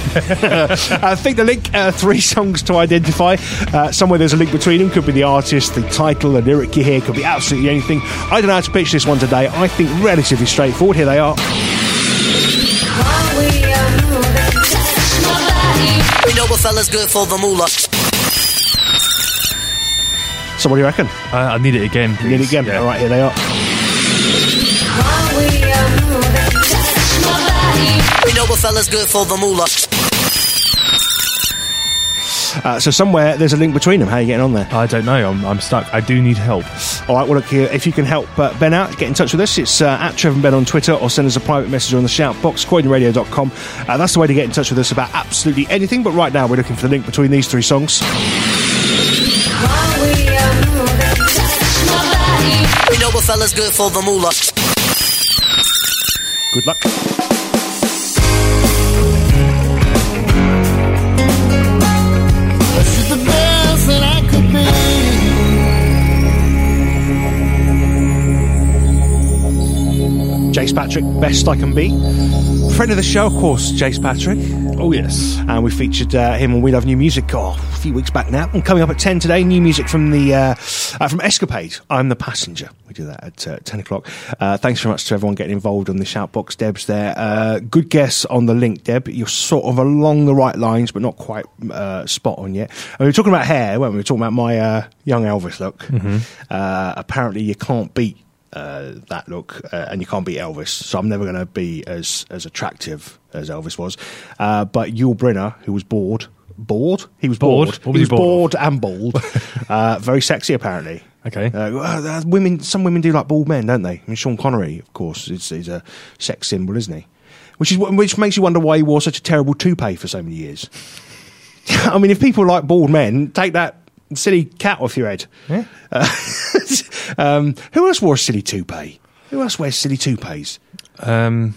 Speaker 3: I think the link, uh, three songs to identify. Uh, somewhere there's a link between them. Could be the artist, the title, the lyric you hear. Could be absolutely anything. I don't know how to pitch this one today. I think relatively straightforward. Here they are.
Speaker 6: We know what fella's good for the moolah.
Speaker 3: So what do you reckon?
Speaker 5: I, I need it again. Please.
Speaker 3: You need it again?
Speaker 5: Yeah.
Speaker 3: All right, here they are.
Speaker 6: We know what fella's good for the moolah.
Speaker 3: Uh, so somewhere there's a link between them. How are you getting on there?
Speaker 5: I don't know. I'm, I'm stuck. I do need help.
Speaker 3: All right, well, look, uh, if you can help uh, Ben out, get in touch with us. It's uh, at Trevor and Ben on Twitter or send us a private message on the shout box, croydonradio.com. Uh, that's the way to get in touch with us about absolutely anything. But right now, we're looking for the link between these three songs.
Speaker 6: We know what fella's good for the moolah.
Speaker 3: Good luck.
Speaker 7: She's the best that I could be.
Speaker 3: Jace Patrick, Best I Can Be. Friend of the show, of course, Jace Patrick.
Speaker 5: Oh yes.
Speaker 3: And we featured uh, him on We Love New Music oh, a few weeks back now. And coming up at 10 today, new music from the uh, uh, from Escapade. I'm the Passenger. We do that at uh, 10 o'clock. Uh, thanks very much to everyone getting involved on the shout box. Deb's there. Uh, good guess on the link, Deb. You're sort of along the right lines, but not quite uh, spot on yet. And we were talking about hair, weren't we? We were talking about my uh, young Elvis look. Uh, apparently, you can't beat uh, that look, uh, and you can't beat Elvis. So I'm never going to be as as attractive as Elvis was. Uh, but Yul Brynner, who was bored, bored, he was
Speaker 5: Bored?
Speaker 3: bored,
Speaker 5: What
Speaker 3: he
Speaker 5: was
Speaker 3: was
Speaker 5: he bored
Speaker 3: bored and bald, uh, very sexy apparently.
Speaker 5: Okay.
Speaker 3: Uh, well, uh, women, some women do like bald men, don't they? I mean, Sean Connery, of course, is, is a sex symbol, isn't he? Which is what- which makes you wonder why he wore such a terrible toupee for so many years. I mean, if people like bald men, take that silly cat off your head. Uh, um, who else wore a silly toupee? Who else wears silly toupees?
Speaker 5: Um,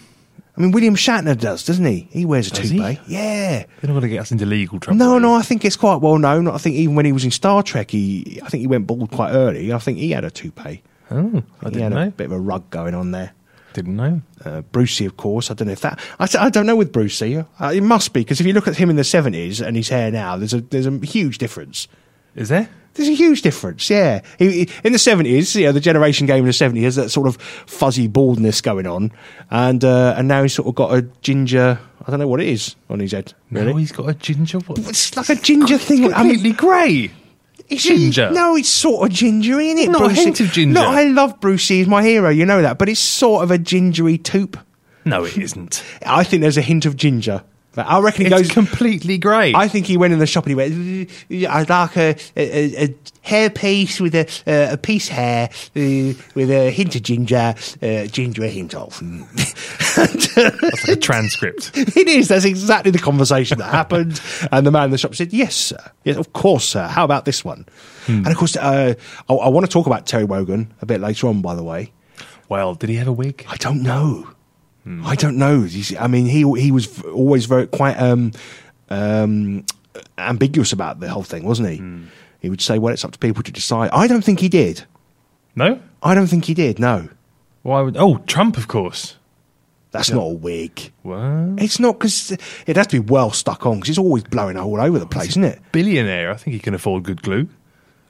Speaker 3: I mean, William Shatner does, doesn't he? He wears a
Speaker 5: Does he?
Speaker 3: toupee. Yeah.
Speaker 5: they're not going to get us into legal trouble.
Speaker 3: No, no, I think it's quite well known. I think even when he was in Star Trek, he, I think he went bald quite early. I think he had a toupee.
Speaker 5: Oh, I
Speaker 3: he had
Speaker 5: didn't
Speaker 3: a
Speaker 5: know.
Speaker 3: bit of a rug going on there.
Speaker 5: Didn't know.
Speaker 3: Uh, Brucey, of course. I don't know if that. I, I don't know with Brucey. Uh, it must be because if you look at him in the seventies and his hair now, there's a there's a huge difference.
Speaker 5: Is there?
Speaker 3: There's a huge difference, yeah. He- he- In the seventies, you know, the generation game in the seventies has that sort of fuzzy baldness going on, and uh, and now he's sort of got a ginger. I don't know what it is on his head.
Speaker 5: No,
Speaker 3: Really,
Speaker 5: he's got a ginger. What?
Speaker 3: it's like a ginger thing. I mean,
Speaker 5: grey.
Speaker 3: It's
Speaker 5: Ginger.
Speaker 3: no, it's sort of gingery, isn't it?
Speaker 5: Not a
Speaker 3: Brucey?
Speaker 5: hint of ginger.
Speaker 3: No, I love Brucey. He's my hero. You know that, but it's sort of a gingery toop.
Speaker 5: No, it isn't.
Speaker 3: I think there's a hint of ginger. I reckon he
Speaker 5: It's
Speaker 3: goes.
Speaker 5: completely grey.
Speaker 3: I think he went in the shop and he went, "Uh, I'd like a, a, a- a hair piece with a, uh, a piece hair uh, with a hint of ginger, uh, ginger a hint of.
Speaker 5: That's like a transcript.
Speaker 3: it is. That's exactly the conversation that happened. And the man in the shop said, Yes, sir. Yes, of course, sir. How about this one?
Speaker 5: Hmm.
Speaker 3: And of course, uh, I, I want to talk about Terry Wogan a bit later on, by the way.
Speaker 5: Well, did he have a wig?
Speaker 3: I don't know. I don't know. You see, I mean, he he was v- always very quite um, um, ambiguous about the whole thing, wasn't he?
Speaker 5: Hmm.
Speaker 3: He would say, "Well, it's up to people to decide." I don't think he did.
Speaker 5: No.
Speaker 3: I don't think he did. No,
Speaker 5: Why would? Oh, Trump, of course.
Speaker 3: that's not a wig.
Speaker 5: Well,
Speaker 3: It's not because it has to be well stuck on because it's always blowing all over the place, isn't it?
Speaker 5: billionaire. I think he can afford good glue.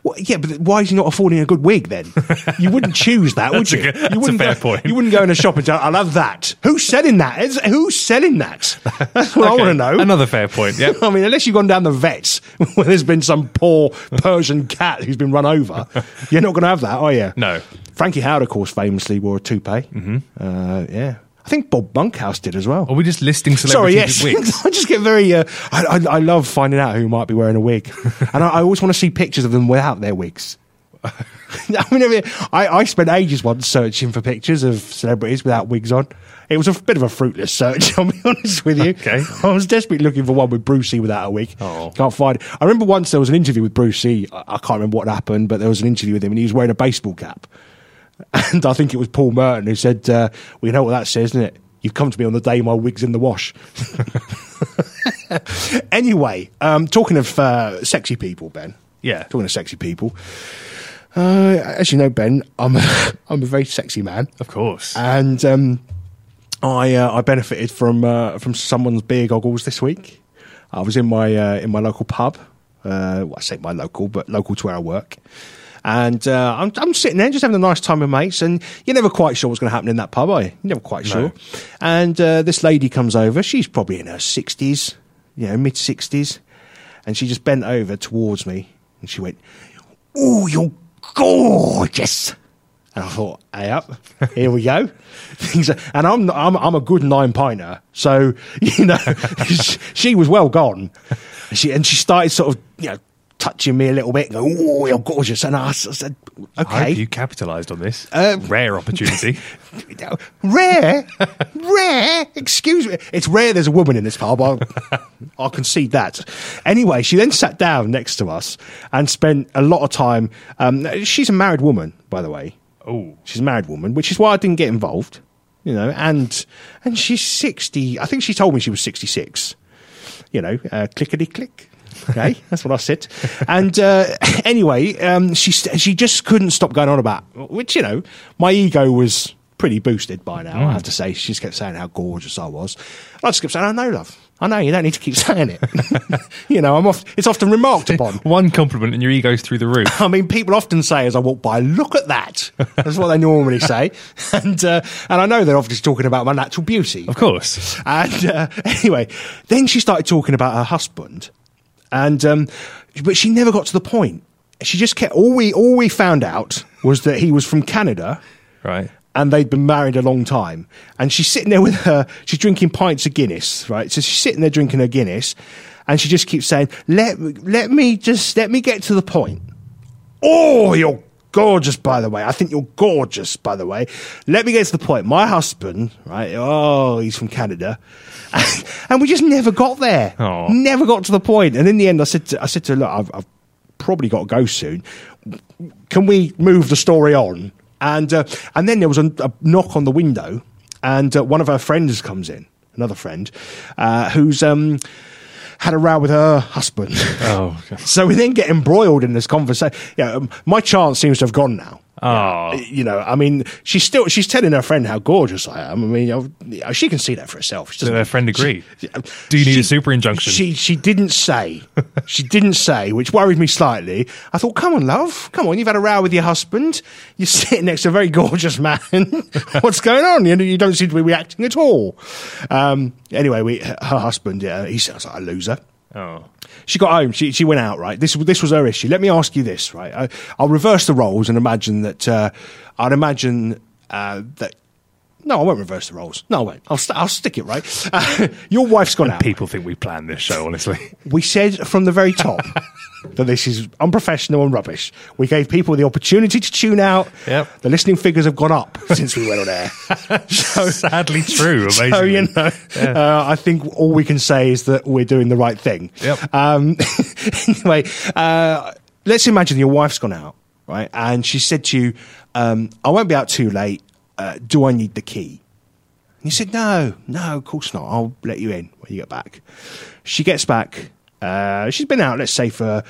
Speaker 3: Well, yeah, but why is he not affording a good wig then? You wouldn't choose that, would
Speaker 5: That's a
Speaker 3: you?
Speaker 5: good- that's
Speaker 3: you
Speaker 5: a
Speaker 3: wouldn't
Speaker 5: fair
Speaker 3: go,
Speaker 5: point.
Speaker 3: You wouldn't go in a shop and say, "I love that." Who's selling that? It's- Who's selling that? That's what I
Speaker 5: Okay,
Speaker 3: want to know.
Speaker 5: Another fair point. Yep.
Speaker 3: I mean, unless you've gone down the vets where there's been some poor Persian cat who's been run over, you're not going to have that, are you?
Speaker 5: No.
Speaker 3: Frankie Howard, of course, famously wore a toupee. Mm-hmm. Uh, yeah. I think Bob Bunkhouse did as well.
Speaker 5: Are we just listing
Speaker 3: Sorry, yes.
Speaker 5: celebrities with wigs?
Speaker 3: I just get very. Uh, I, I, I love finding out who might be wearing a wig. and I, I always want to see pictures of them without their wigs. I mean, I, mean I, I spent ages once searching for pictures of celebrities without wigs on. It was a bit of a fruitless search, I'll be honest with you.
Speaker 5: Okay.
Speaker 3: I was desperately looking for one with Brucey without a wig.
Speaker 5: Oh.
Speaker 3: Can't find it. I remember once there was an interview with Brucey. I, I can't remember what happened, but there was an interview with him and he was wearing a baseball cap. And I think it was Paul Merton who said, uh, Well, you know what that says, isn't it? You've come to me on the day my wig's in the wash. anyway, um, talking of uh, sexy people, Ben.
Speaker 5: Yeah.
Speaker 3: Talking of sexy people. Uh, as you know, Ben, I'm a, I'm a very sexy man,
Speaker 5: Of course.
Speaker 3: and um, I uh, I benefited from uh, from someone's beer goggles this week. I was in my uh, in my local pub. Uh, well, I say my local, but local to where I work. And uh, I'm, I'm sitting there just having a nice time with mates, and you're never quite sure what's going to happen in that pub, are you? You're never quite sure. And uh, this lady comes over. She's probably in her 60s, you know, mid 60s. And she just bent over towards me and she went, Oh, you're gorgeous. And I thought, hey up, here we go. Things are- and I'm, I'm, I'm a good nine pinter. So, you know, she, she was well gone. And she, and she started sort of, you know, touching me a little bit. Going, oh, you're gorgeous. And I, s- I said,
Speaker 5: I
Speaker 3: okay.
Speaker 5: hope you capitalised on this
Speaker 3: Um,
Speaker 5: rare opportunity.
Speaker 3: Rare? rare? Excuse me. It's rare there's a woman in this pub. I'll, I'll concede that. Anyway, she then sat down next to us and spent a lot of time. Um, she's a married woman, by the way.
Speaker 5: oh,
Speaker 3: She's a married woman, which is why I didn't get involved, you know. And and she's sixty. I think she told me she was sixty six. You know, uh, clickety click. Okay, that's what I said. And uh, anyway, um, she st- she just couldn't stop going on about which you know my ego was pretty boosted by now. I have to say, she just kept saying how gorgeous I was. I just kept saying, I know, love. I know you don't need to keep saying it. you know, I'm oft- it's often remarked upon.
Speaker 5: one compliment and your ego's through the roof.
Speaker 3: I mean, people often say as I walk by, look at that. That's what they normally say. And, uh, and I know they're obviously talking about my natural beauty.
Speaker 5: Of course.
Speaker 3: And uh, anyway, then she started talking about her husband. And, um, but she never got to the point. She just kept, all we, all we found out was that he was from Canada
Speaker 5: Right.
Speaker 3: and they'd been married a long time. And she's sitting there with her, she's drinking pints of Guinness, right? So she's sitting there drinking her Guinness, and she just keeps saying, "Let let me just let me get to the point." Oh, you're gorgeous, by the way. I think you're gorgeous, by the way. Let me get to the point. My husband, right? Oh, he's from Canada, and we just never got there.
Speaker 5: Aw.
Speaker 3: Never got to the point. And in the end, I said, to, I said to her, "Look, I've, I've probably got to go soon. Can we move the story on?" And uh, and then there was a, a knock on the window, and uh, one of her friends comes in, another friend, uh, who's um, had a row with her husband.
Speaker 5: Oh,
Speaker 3: So we then get embroiled in this conversation. Yeah, um, my chance seems to have gone now.
Speaker 5: Oh.
Speaker 3: You know, I mean, she's still she's telling her friend how gorgeous I am. I mean, I've- she can see that for herself. She
Speaker 5: Did
Speaker 3: doesn't-
Speaker 5: her friend agree?
Speaker 3: she-
Speaker 5: Do you need a super injunction?
Speaker 3: She she didn't say. she didn't say, which worried me slightly. I thought, come on, love, come on. You've had a row with your husband. You're sitting next to a very gorgeous man. What's going on? You, you don't seem to be reacting at all. Um, anyway, we, her husband, yeah, he sounds like a loser.
Speaker 5: oh.
Speaker 3: She got home. She she went out. Right. This this was her issue. Let me ask you this. Right. I, I'll reverse the roles and imagine that. Uh, I'd imagine uh, that. No, I won't reverse the roles. No, I won't. I'll st- I'll stick it right. Uh, your wife's gone out.
Speaker 5: People think we planned this show, honestly.
Speaker 3: We said from the very top that this is unprofessional and rubbish. We gave people the opportunity to tune out.
Speaker 5: Yep.
Speaker 3: The listening figures have gone up since we went on air. so
Speaker 5: Sadly true, amazingly.
Speaker 3: so you know, uh, I think all we can say is that we're doing the right thing.
Speaker 5: Yep.
Speaker 3: Um, anyway, uh, let's imagine your wife's gone out, right? And she said to you, um, "I won't be out too late. Uh, do I need the key?" And you said, "No, no, of course not. I'll let you in when you get back." She gets back. Uh, she's been out, let's say, for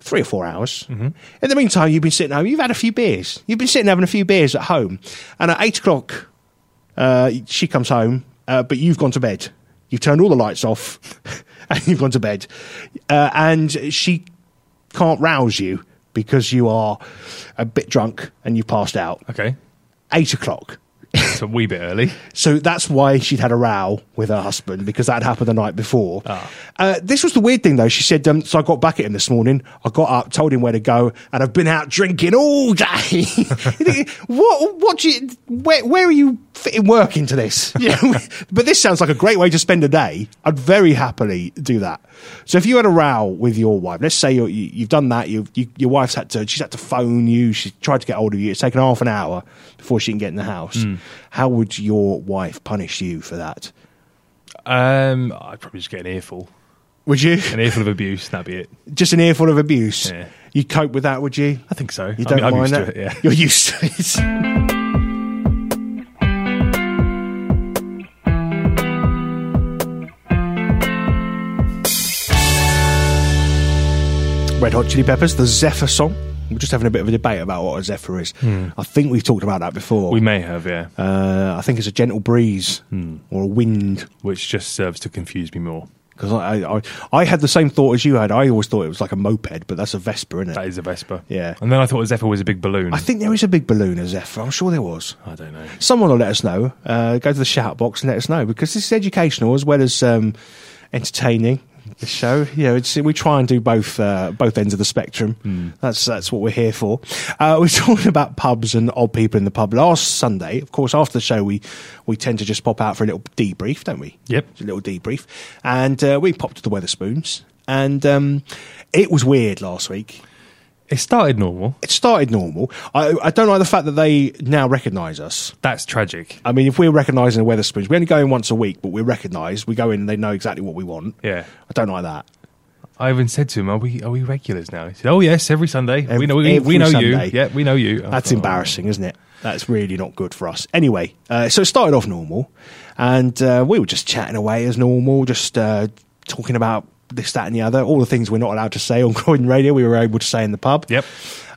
Speaker 3: three or four hours. In the meantime, you've been sitting home. You've had a few beers. You've been sitting having a few beers at home, and at eight o'clock uh, she comes home, uh, but you've gone to bed. You've turned all the lights off and you've gone to bed. Uh, and she can't rouse you because you are a bit drunk and you passed out.
Speaker 5: Okay.
Speaker 3: Eight o'clock.
Speaker 5: a wee bit early.
Speaker 3: So that's why she'd had a row with her husband because that had happened the night before.
Speaker 5: Ah.
Speaker 3: Uh, this was the weird thing though. She said, um, "So I got back at him this morning. I got up, told him where to go, and I've been out drinking all day." You think, what? What? Do you, where? Where are you fitting work into this? You know, but this sounds like a great way to spend a day. I'd very happily do that. So if you had a row with your wife, let's say you're, you, you've done that, you've, you, your wife's had to, she's had to phone you, she's tried to get hold of you. It's taken half an hour before she can get in the house. How would your wife punish you for that?
Speaker 5: Um, I'd probably just get an earful,
Speaker 3: Would you?
Speaker 5: an earful of abuse. That'd be it.
Speaker 3: Just an earful of abuse.
Speaker 5: Yeah.
Speaker 3: You'd cope with that, would you?
Speaker 5: I think so.
Speaker 3: You
Speaker 5: I
Speaker 3: don't
Speaker 5: mean, I'm
Speaker 3: mind
Speaker 5: used
Speaker 3: that?
Speaker 5: to it. Yeah.
Speaker 3: You're used to it. Red Hot Chili Peppers, the Zephyr song. We're just having a bit of a debate about what a Zephyr is. I think we've talked about that before.
Speaker 5: Hmm. We Hmm. may have, yeah,
Speaker 3: uh, I think it's a gentle breeze or a wind
Speaker 5: which just serves to confuse me more.
Speaker 3: because I, I, I I had the same thought as you had. I always thought it was like a moped, but that's a Vespa, isn't it?
Speaker 5: That is a Vespa.
Speaker 3: Yeah.
Speaker 5: And then I thought a Zephyr was a big balloon.
Speaker 3: I think there is a big balloon a Zephyr. I'm sure there was.
Speaker 5: Mm. I don't know.
Speaker 3: Someone will let us know. Uh, go to the shout box and let us know because this is educational as well as um, entertaining. The show, you know, it's, we try and do both uh, both ends of the spectrum.
Speaker 5: Mm.
Speaker 3: That's that's what we're here for. Uh, we were talking about pubs and odd people in the pub last Sunday. Of course, after the show, we we tend to just pop out for a little debrief, don't we?
Speaker 5: Yep.
Speaker 3: Just a little debrief, and uh, we popped to the Weatherspoons, and um, it was weird last week
Speaker 5: It started normal.
Speaker 3: it started normal. I, I don't like the fact that they now recognise us.
Speaker 5: That's tragic.
Speaker 3: I mean, if we're recognising the Weatherspoons, we only go in once a week, but we're recognised. We go in and they know exactly what we want.
Speaker 5: Yeah.
Speaker 3: I don't like that.
Speaker 5: I even said to him, "Are we are we regulars now?" He said, "Oh yes, every Sunday.
Speaker 3: Ev-
Speaker 5: we know we,
Speaker 3: every
Speaker 5: we know
Speaker 3: Sunday.
Speaker 5: you. Yeah, we know you." Oh, I
Speaker 3: That's
Speaker 5: thought,
Speaker 3: embarrassing, isn't it? That's really not good for us. Anyway, uh, so it started off normal, and uh, we were just chatting away as normal, just uh, talking about this, that, and the other, all the things we're not allowed to say on Croydon Radio, we were able to say in the pub.
Speaker 5: Yep.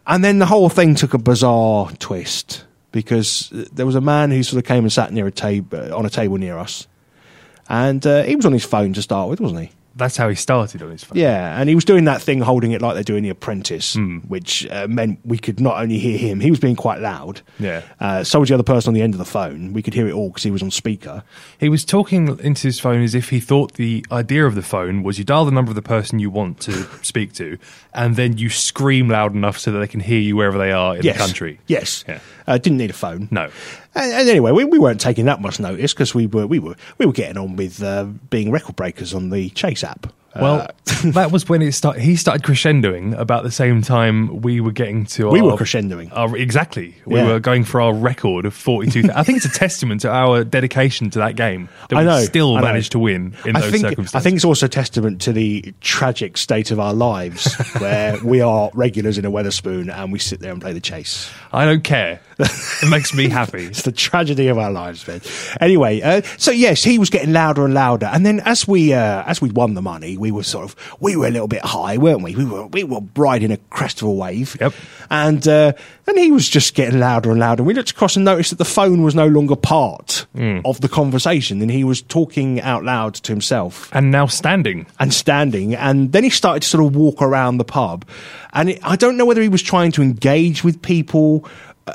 Speaker 3: And then the whole thing took a bizarre twist because uh, there was a man who sort of came and sat near a table on a table near us, and uh, he was on his phone to start with, wasn't he?
Speaker 5: That's how he started on his phone.
Speaker 3: Yeah, and he was doing that thing, holding it like they're doing The Apprentice,
Speaker 5: Hmm.
Speaker 3: which uh, meant we could not only hear him, he was being quite loud.
Speaker 5: Yeah.
Speaker 3: Uh, so was the other person on the end of the phone. We could hear it all because he was on speaker.
Speaker 5: He was talking into his phone as if he thought the idea of the phone was you dial the number of the person you want to speak to, and then you scream loud enough so that they can hear you wherever they are in
Speaker 3: yes.
Speaker 5: the country.
Speaker 3: Yes.
Speaker 5: Yeah.
Speaker 3: Uh, didn't need a phone.
Speaker 5: No.
Speaker 3: And, and anyway, we, we weren't taking that much notice because we were, we, were, we were getting on with uh, being record breakers on the Chase app.
Speaker 5: Well,
Speaker 3: Uh,
Speaker 5: that was when it started. He started crescendoing about the same time we were getting to.
Speaker 3: We
Speaker 5: our,
Speaker 3: were crescendoing.
Speaker 5: our- exactly, we
Speaker 3: Yeah.
Speaker 5: were going for our record of forty-two. I think it's a testament to our dedication to that game that
Speaker 3: I know,
Speaker 5: we still
Speaker 3: I know.
Speaker 5: managed to win in
Speaker 3: I
Speaker 5: those
Speaker 3: think,
Speaker 5: circumstances.
Speaker 3: I think it's also testament to the tragic state of our lives where we are regulars in a Weatherspoon and we sit there and play the chase.
Speaker 5: I don't care. It makes me happy.
Speaker 3: It's the tragedy of our lives, man. Anyway, uh, so yes, he was getting louder and louder, and then as we uh, as we won the money, we were sort of we were a little bit high, weren't we? We were we were riding a crest of a wave.
Speaker 5: Yep.
Speaker 3: And uh, and he was just getting louder and louder. And we looked across and noticed that the phone was no longer part of the conversation, and he was talking out loud to himself
Speaker 5: And now standing.
Speaker 3: and standing. And then he started to sort of walk around the pub. And it, I don't know whether he was trying to engage with people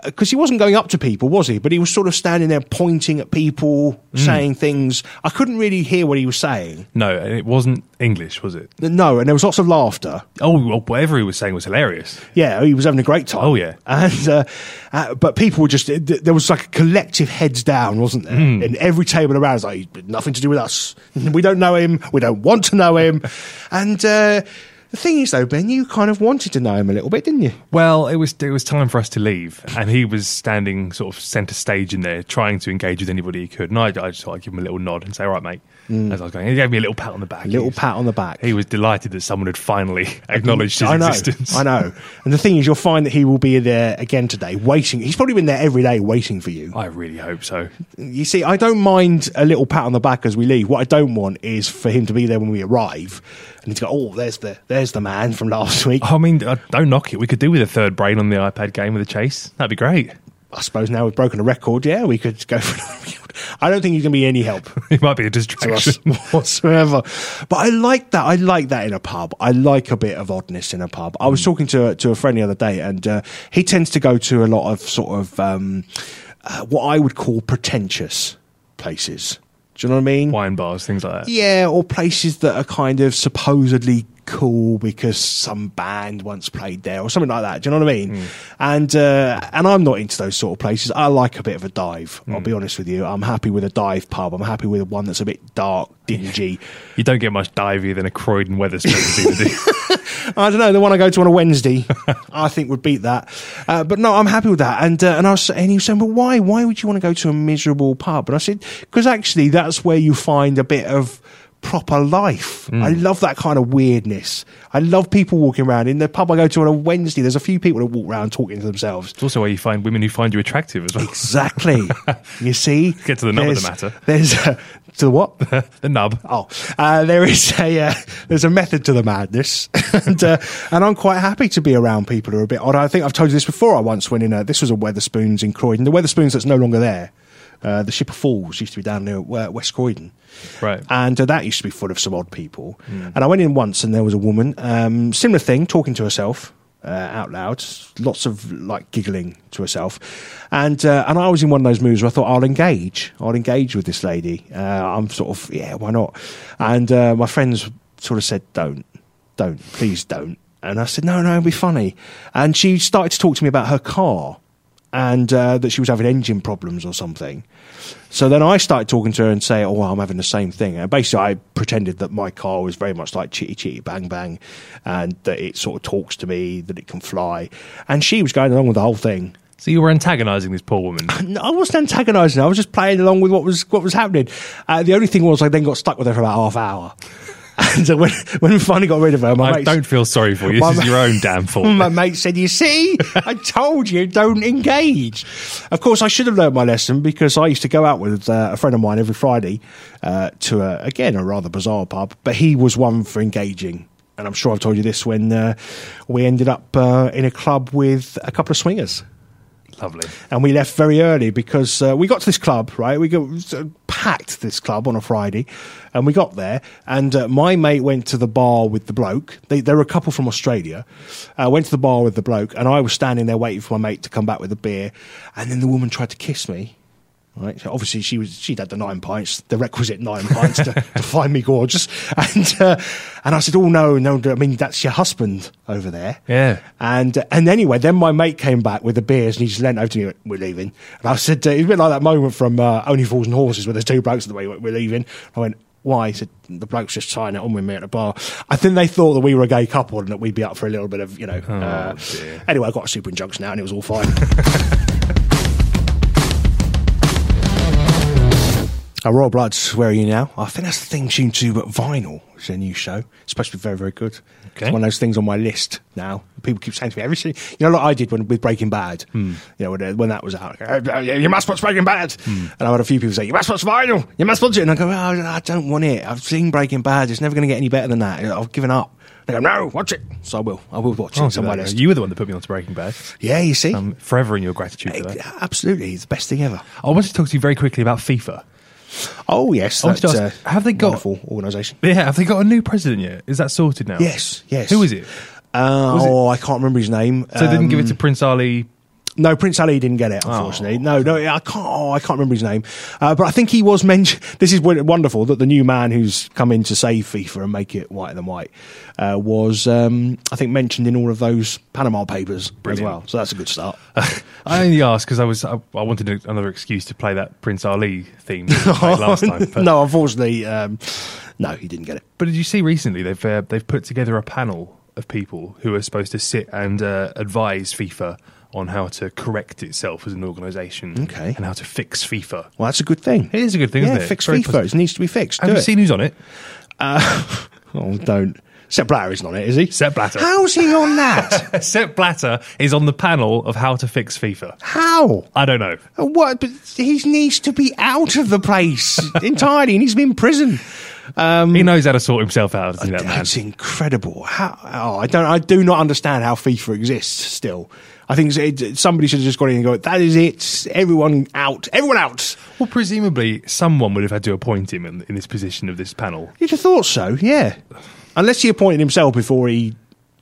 Speaker 3: because he wasn't going up to people, was he? But he was sort of standing there pointing at people, saying things. I couldn't really hear what he was saying.
Speaker 5: No, and it wasn't English, was it?
Speaker 3: No, and there was lots of laughter.
Speaker 5: Oh, well, whatever he was saying was hilarious.
Speaker 3: Yeah, he was having a great time.
Speaker 5: Oh, yeah.
Speaker 3: and uh, uh, but people were just th- there was like a collective heads down, wasn't there?
Speaker 5: Mm.
Speaker 3: And every table around was like "He's nothing to do with us. We don't know him. We don't want to know him. and uh, the thing is, though, Ben, you kind of wanted to know him a little bit, didn't you?
Speaker 5: Well, it was it was time for us to leave, and he was standing sort of centre stage in there, trying to engage with anybody he could. And I, I just thought I'd give him a little nod and say, "All right, mate." As I was going, he gave me a little pat on the back.
Speaker 3: A Mm. little
Speaker 5: He was-
Speaker 3: pat on the back.
Speaker 5: He was delighted that someone had finally acknowledged his
Speaker 3: I know,
Speaker 5: existence.
Speaker 3: I know. And the thing is, you'll find that he will be there again today, waiting. He's probably been there every day waiting for you.
Speaker 5: I really hope so.
Speaker 3: You see, I don't mind a little pat on the back as we leave. What I don't want is for him to be there when we arrive, and he's got, oh, there's the there's the man from last week.
Speaker 5: I mean, uh, don't knock it. We could do with a third brain on the iPad game with a chase. That'd be great.
Speaker 3: I suppose now we've broken a record. Yeah, we could go for another record. I don't think he's going to be any help
Speaker 5: It might be
Speaker 3: to
Speaker 5: a distraction.
Speaker 3: us whatsoever. But I like that. I like that in a pub. I like a bit of oddness in a pub. I was talking to to a friend the other day, and uh, he tends to go to a lot of sort of. Um, uh, what I would call pretentious places. Do you know what I mean?
Speaker 5: Wine bars, things like that.
Speaker 3: Yeah, or places that are kind of supposedly cool because some band once played there or something like that. Do you know what I mean? And uh, and I'm not into those sort of places. I like a bit of a dive. I'll be honest with you. I'm happy with a dive pub. I'm happy with one that's a bit dark, dingy.
Speaker 5: You don't get much divier than a Croydon Weatherspoon thing to do.
Speaker 3: I don't know. The one I go to on a Wednesday, I think would beat that. Uh, but no, I'm happy with that. And uh, and I was and he was saying, but why? Why would you want to go to a miserable pub? And I said, because actually, that's where you find a bit of proper life.
Speaker 5: Mm.
Speaker 3: I love that kind of weirdness. I love people walking around in the pub I go to on a Wednesday. There's a few people that walk around talking to themselves.
Speaker 5: It's also where you find women who find you attractive as well.
Speaker 3: Exactly. you see,
Speaker 5: Get to the nub of the
Speaker 3: There's-
Speaker 5: matter.
Speaker 3: There's a, to the what?
Speaker 5: the nub.
Speaker 3: Oh, uh, there is a uh, there's a method to the madness, and uh, and I'm quite happy to be around people who are a bit odd. I think I've told you this before. I once went in a this was a Weatherspoons in Croydon, the Weatherspoons that's no longer there. Uh, the Ship of Falls used to be down near uh, West Croydon,
Speaker 5: Right.
Speaker 3: And uh, that used to be full of some odd people. And I went in once, and there was a woman, um, similar thing, talking to herself. Uh, out loud, lots of like giggling to herself, and uh, and I was in one of those moods where I thought I'll engage, I'll engage with this lady. Uh, I'm sort of yeah, why not? And uh, my friends sort of said, don't, don't, please don't. And I said, no, no, it'll be funny. And she started to talk to me about her car and uh, that she was having engine problems or something. So then I started talking to her and say, "Oh, well, I'm having the same thing." And basically, I pretended that my car was very much like Chitty Chitty Bang Bang, and that it sort of talks to me, that it can fly. And she was going along with the whole thing.
Speaker 5: So you were antagonising this poor woman.
Speaker 3: No, I wasn't antagonising. her. I was just playing along with what was what was happening. Uh, the only thing was, I then got stuck with her for about half hour. And so when when we finally got rid of her, my
Speaker 5: I
Speaker 3: mates-
Speaker 5: don't feel sorry for you.
Speaker 3: My
Speaker 5: This
Speaker 3: ma-
Speaker 5: is your own damn fault.
Speaker 3: My mate said, You see, I told you, don't engage. Of course, I should have learned my lesson because I used to go out with uh, a friend of mine every Friday uh, to, a, again, a rather bizarre pub, but he was one for engaging. And I'm sure I've told you this when uh, we ended up uh, in a club with a couple of swingers
Speaker 5: Lovely.
Speaker 3: and we left very early because uh, we got to this club, right? We got it was, uh, packed this club on a Friday, and we got there, and uh, my mate went to the bar with the bloke. They, they were a couple from Australia. Uh, went to the bar with the bloke, and I was standing there waiting for my mate to come back with a beer, and then the woman tried to kiss me. Right, so obviously she was she'd had the nine pints, the requisite nine pints to, to find me gorgeous, and uh, and I said, oh no, no, I mean that's your husband over there.
Speaker 5: Yeah.
Speaker 3: And uh, and anyway, then my mate came back with the beers and he just leant over to me. and went, We're leaving, and I said uh, it was a bit like that moment from uh, Only Fools and Horses where there's two blokes at the way we're leaving. I went, why? He said the blokes just trying it on with me at the bar. I think they thought that we were a gay couple and that we'd be up for a little bit of you know. uh, anyway, I got a super injunction now and it was all fine. Uh, Royal Bloods, where are you now? I think that's the thing tuned to but Vinyl, which is a new show. It's supposed to be very, very good. It's one of those things on my list now. People keep saying to me, every single, you know, like I did when, with Breaking Bad,
Speaker 5: Hmm.
Speaker 3: you know, when, uh, when that was out, "Uh, you must watch Breaking Bad.
Speaker 5: Hmm.
Speaker 3: And I had a few people say, you must watch Vinyl, you must watch it. And I go, oh, I don't want it. I've seen Breaking Bad. It's never going to get any better than that. I've given up. They go, no, watch it. So I will. I will watch it.
Speaker 5: Oh,
Speaker 3: It's on my
Speaker 5: that-
Speaker 3: list.
Speaker 5: You Um, were the one that put me onto Breaking Bad.
Speaker 3: yeah, you see?
Speaker 5: I'm forever in your gratitude for that.
Speaker 3: Absolutely. It's the best thing ever.
Speaker 5: I wanted to talk to you very quickly about FIFA.
Speaker 3: Oh, yes.
Speaker 5: I wanted to
Speaker 3: That's,
Speaker 5: ask, have they got-
Speaker 3: wonderful organisation.
Speaker 5: Yeah, have they got a new president yet? Is that sorted now?
Speaker 3: Yes, yes.
Speaker 5: Who is it?
Speaker 3: Uh,
Speaker 5: Was it-
Speaker 3: oh, I can't remember his name.
Speaker 5: So they didn't give
Speaker 3: Um,
Speaker 5: it to Oh. Prince Ali.
Speaker 3: No, Prince Ali didn't get it, unfortunately. No, no, I can't. Oh, I can't remember his name. Uh, but I think he was mentioned. This is w- wonderful that the new man who's come in to save FIFA and make it whiter than white uh, was, um, I think, mentioned in all of those Panama papers as well. So that's a good start.
Speaker 5: I only asked because I was I, I wanted a- another excuse to play that Prince Ali theme that we played last time. But,
Speaker 3: no, unfortunately, um, no, he didn't get it.
Speaker 5: but did you see recently they've uh, they've put together a panel of people who are supposed to sit and uh, advise FIFA on how to correct itself as an organisation,
Speaker 3: Okay.
Speaker 5: and how to fix FIFA.
Speaker 3: Well, that's a good thing.
Speaker 5: It is a good thing,
Speaker 3: yeah,
Speaker 5: isn't it?
Speaker 3: Fix
Speaker 5: Very
Speaker 3: FIFA.
Speaker 5: positive.
Speaker 3: It needs to be fixed.
Speaker 5: Have
Speaker 3: Do
Speaker 5: you
Speaker 3: it.
Speaker 5: seen who's on it?
Speaker 3: Oh, don't. Sepp Blatter isn't on it, is he?
Speaker 5: Sepp Blatter.
Speaker 3: How's he on that?
Speaker 5: Sepp Blatter is on the panel of how to fix FIFA.
Speaker 3: How?
Speaker 5: I don't know.
Speaker 3: What? But he needs to be out of the place entirely. He needs to be in prison. Mm.
Speaker 5: he knows how to sort himself out. doesn't he, that man?
Speaker 3: That's incredible. How? Oh, I don't. I do not understand how FIFA exists still. I think it, somebody should have just gone in and go. That is it. Everyone out. Everyone out.
Speaker 5: Well, presumably someone would have had to appoint him in, in this position of this panel.
Speaker 3: You'd have thought so. Yeah. Unless he appointed himself before he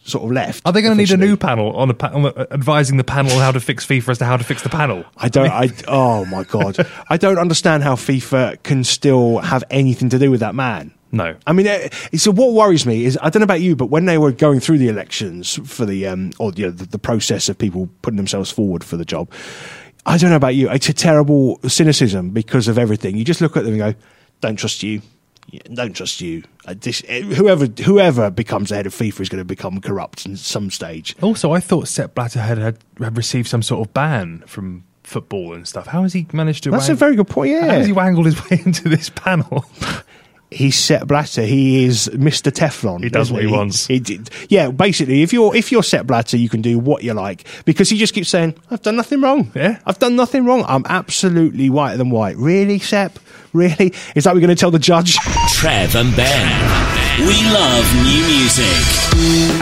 Speaker 3: sort of left.
Speaker 5: Are they going to need a
Speaker 3: officially.
Speaker 5: new panel on, a pa- on the, advising the panel how to fix FIFA as to how to fix the panel?
Speaker 3: I don't. I oh my god. I don't understand how FIFA can still have anything to do with that man.
Speaker 5: No.
Speaker 3: I mean, eh, so what worries me is I don't know about you, but when they were going through the elections for the um or you know, the, the process of people putting themselves forward for the job, I don't know about you. It's a terrible cynicism because of everything. You just look at them and go, "Don't trust you." Yeah, don't trust you. Uh, this, eh, whoever whoever becomes the head of FIFA is going to become corrupt in some stage.
Speaker 5: Also, I thought Sepp Blatter had, had, had received some sort of ban from football and stuff. How has he managed to?
Speaker 3: That's a
Speaker 5: wang-
Speaker 3: very good point.
Speaker 5: How
Speaker 3: Yeah,
Speaker 5: has he wangled his way into this panel?
Speaker 3: he's Set Blatter. He is Mr. Teflon.
Speaker 5: He does
Speaker 3: isn't
Speaker 5: what he wants.
Speaker 3: He did. Yeah, basically, if you're if you're Set Blatter, you can do what you like because he just keeps saying, "I've done nothing wrong.
Speaker 5: Yeah.
Speaker 3: I've done nothing wrong. I'm absolutely whiter than white. Really, Sep? Really? Is that we're going to tell the judge?"
Speaker 4: Trev and Ben. We love new music.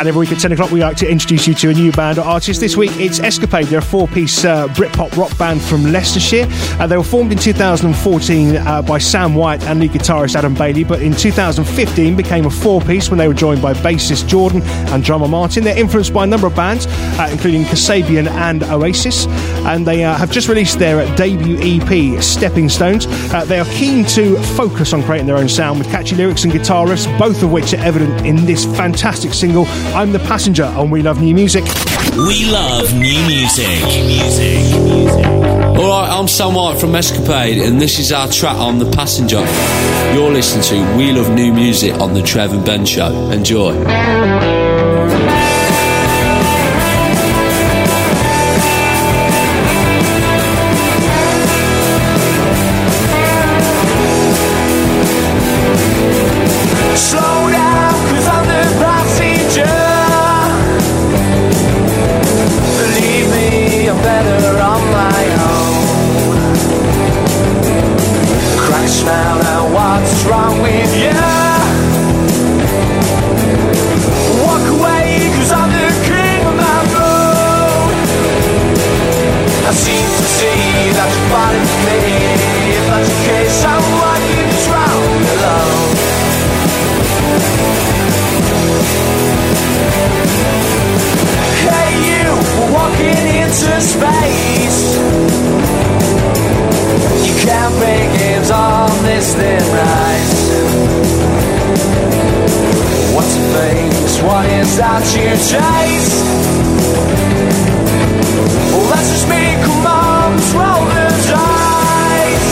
Speaker 3: And every week at 10 o'clock, we like to introduce you to a new band or artist. This week, it's Escapade. They're a four piece uh, Britpop rock band from Leicestershire. Uh, they were formed in 2014 uh, by Sam White and lead guitarist Adam Bailey, but in 2015 became a four piece when they were joined by bassist Jordan and drummer Martin. They're influenced by a number of bands, uh, including Kasabian and Oasis, and they uh, have just released their uh, debut EP, Stepping Stones. Uh, they are keen to focus on creating their own sound with catchy lyrics and guitarists, both of which are evident in this fantastic single, I'm the Passenger on We Love New Music.
Speaker 4: We love new music. Music. music.
Speaker 8: Alright, I'm Sam White from Escapade, and this is our track on The Passenger. You're listening to We Love New Music on The Trev and Ben Show. Enjoy.
Speaker 9: Slow down, cause I'm the passenger. Believe me, I'm better on my own. Crash now, now what's wrong with you? Walk away, cause I'm the king of my road. I seem to see that you're part of me. If that's the case, I'm walking this round alone. Hey you, we're walking into space You can't play games on this thin ice What's a face, what is that you chase? Well that's just me, come on, let's roll the dice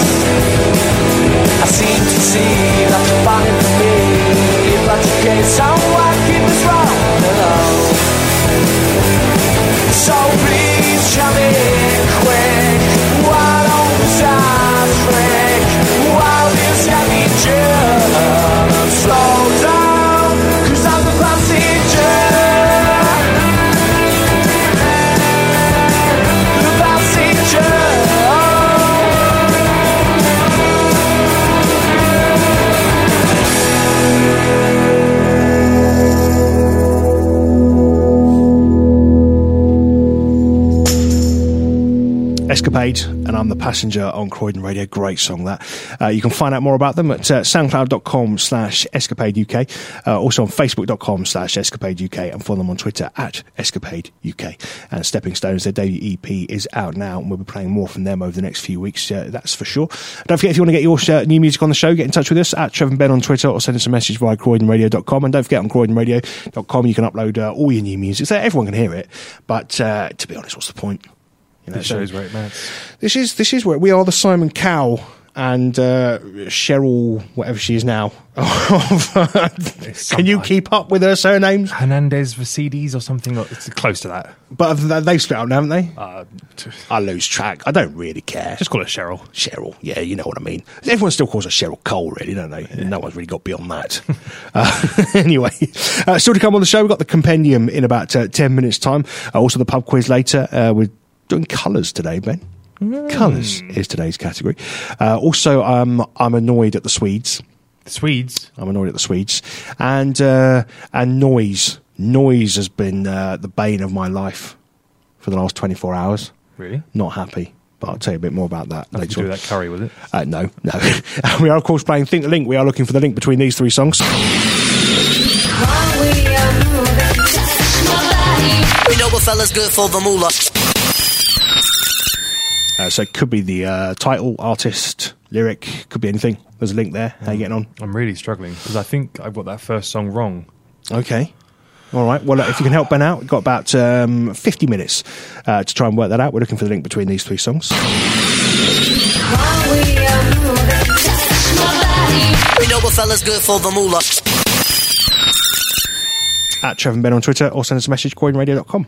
Speaker 9: I seem to see that you're fighting for me If that's the case, I'm working this round alone so please come in quick. Why don't we stop quick? While this heavy jam, slow down, cause I'm the passenger. The passenger.
Speaker 3: Escapade, and I'm the passenger on Croydon Radio. Great song that. Uh, you can find out more about them at uh, soundcloud.com slash escapade UK, uh, also on facebook.com slash escapade UK, and follow them on Twitter at escapade UK. And Stepping Stones, their debut EP is out now, and we'll be playing more from them over the next few weeks, uh, that's for sure. Don't forget, if you want to get your uh, new music on the show, get in touch with us at Trevor and Ben on Twitter or send us a message via croydonradio.com. And don't forget, on croydonradio.com, you can upload uh, all your new music. So everyone can hear it, but uh, to be honest, what's the point? You know,
Speaker 5: It
Speaker 3: so-
Speaker 5: shows right, man.
Speaker 3: this is this is where we are the Simon Cowell and uh, Cheryl, whatever she is now. uh, Can you keep up with her surnames?
Speaker 5: Hernandez Vacides or something. or- It's close to that.
Speaker 3: But they've split up, now, haven't they?
Speaker 5: Uh, t-
Speaker 3: I lose track. I don't really care.
Speaker 5: just call it Cheryl.
Speaker 3: Cheryl. Yeah, you know what I mean. Everyone still calls her Cheryl Cole, really, don't they? No one's really got beyond that. uh, anyway, uh, still to come on the show, we've got the compendium in about uh, 10 minutes' time. Uh, also, the pub quiz later. Uh, we're doing colours today, Ben.
Speaker 5: Mm.
Speaker 3: Colours is today's category. Uh, also, um, I'm annoyed at the Swedes.
Speaker 5: The Swedes.
Speaker 3: I'm annoyed at the Swedes. And, uh, and noise. Noise has been uh, the bane of my life for the last 24 hours.
Speaker 5: Really?
Speaker 3: Not happy. But I'll tell you a bit more about that
Speaker 5: Nothing
Speaker 3: later
Speaker 5: to do
Speaker 3: on.
Speaker 5: with that curry, was it?
Speaker 3: Uh, no, no. we are, of course, playing Think the Link. We are Uh, looking for the link between these three songs.
Speaker 10: While we are moving,
Speaker 6: We know a fella's good for the moolah.
Speaker 3: Uh, so it could be the uh, title, artist, lyric, could be anything. There's a link there. How you getting on?
Speaker 5: I'm really struggling because I think I got that first song wrong.
Speaker 3: Okay. All right. Well, if you can help Ben out, we've got about um, 50 minutes uh, to try and work that out. We're looking for the link between these three songs.
Speaker 6: We know a fella's good for the moolah.
Speaker 3: At Trevor and Ben on Twitter or send us a message, coinradio.com.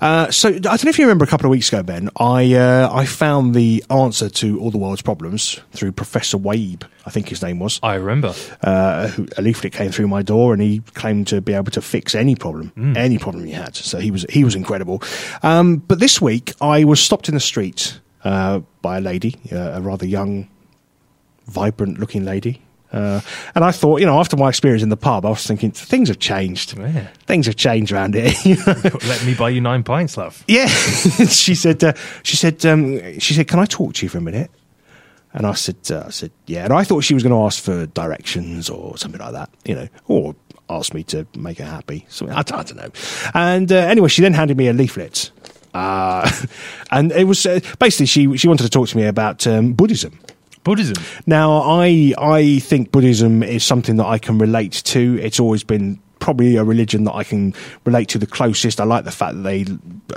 Speaker 3: Uh, so I don't know if you remember a couple of weeks ago, Ben. I uh, I found the answer to all the world's problems through Professor Wabe, I think his name was.
Speaker 5: I remember.
Speaker 3: uh, who- a leaflet came through my door, and he claimed to be able to fix any problem, any problem you had. So he was he was incredible. Um, but this week, I was stopped in the street uh, by a lady, uh, a rather young, vibrant-looking lady. Uh, and I thought, you know, after my experience in the pub, I was thinking things have changed.
Speaker 5: Yeah.
Speaker 3: Things have changed around here.
Speaker 5: Let me buy you nine pints, love.
Speaker 3: yeah, she said. Uh, she said. Um, she said, "Can I talk to you for a minute?" And I said, uh, "I said, yeah." And I thought she was going to ask for directions or something like that, you know, or ask me to make her happy. Something I, d- I don't know. And uh, anyway, she then handed me a leaflet, uh, and it was uh, basically she she wanted to talk to me about um, Buddhism.
Speaker 5: Buddhism.
Speaker 3: Now, I I think Buddhism is something that I can relate to. It's always been probably a religion that I can relate to the closest. I like the fact that they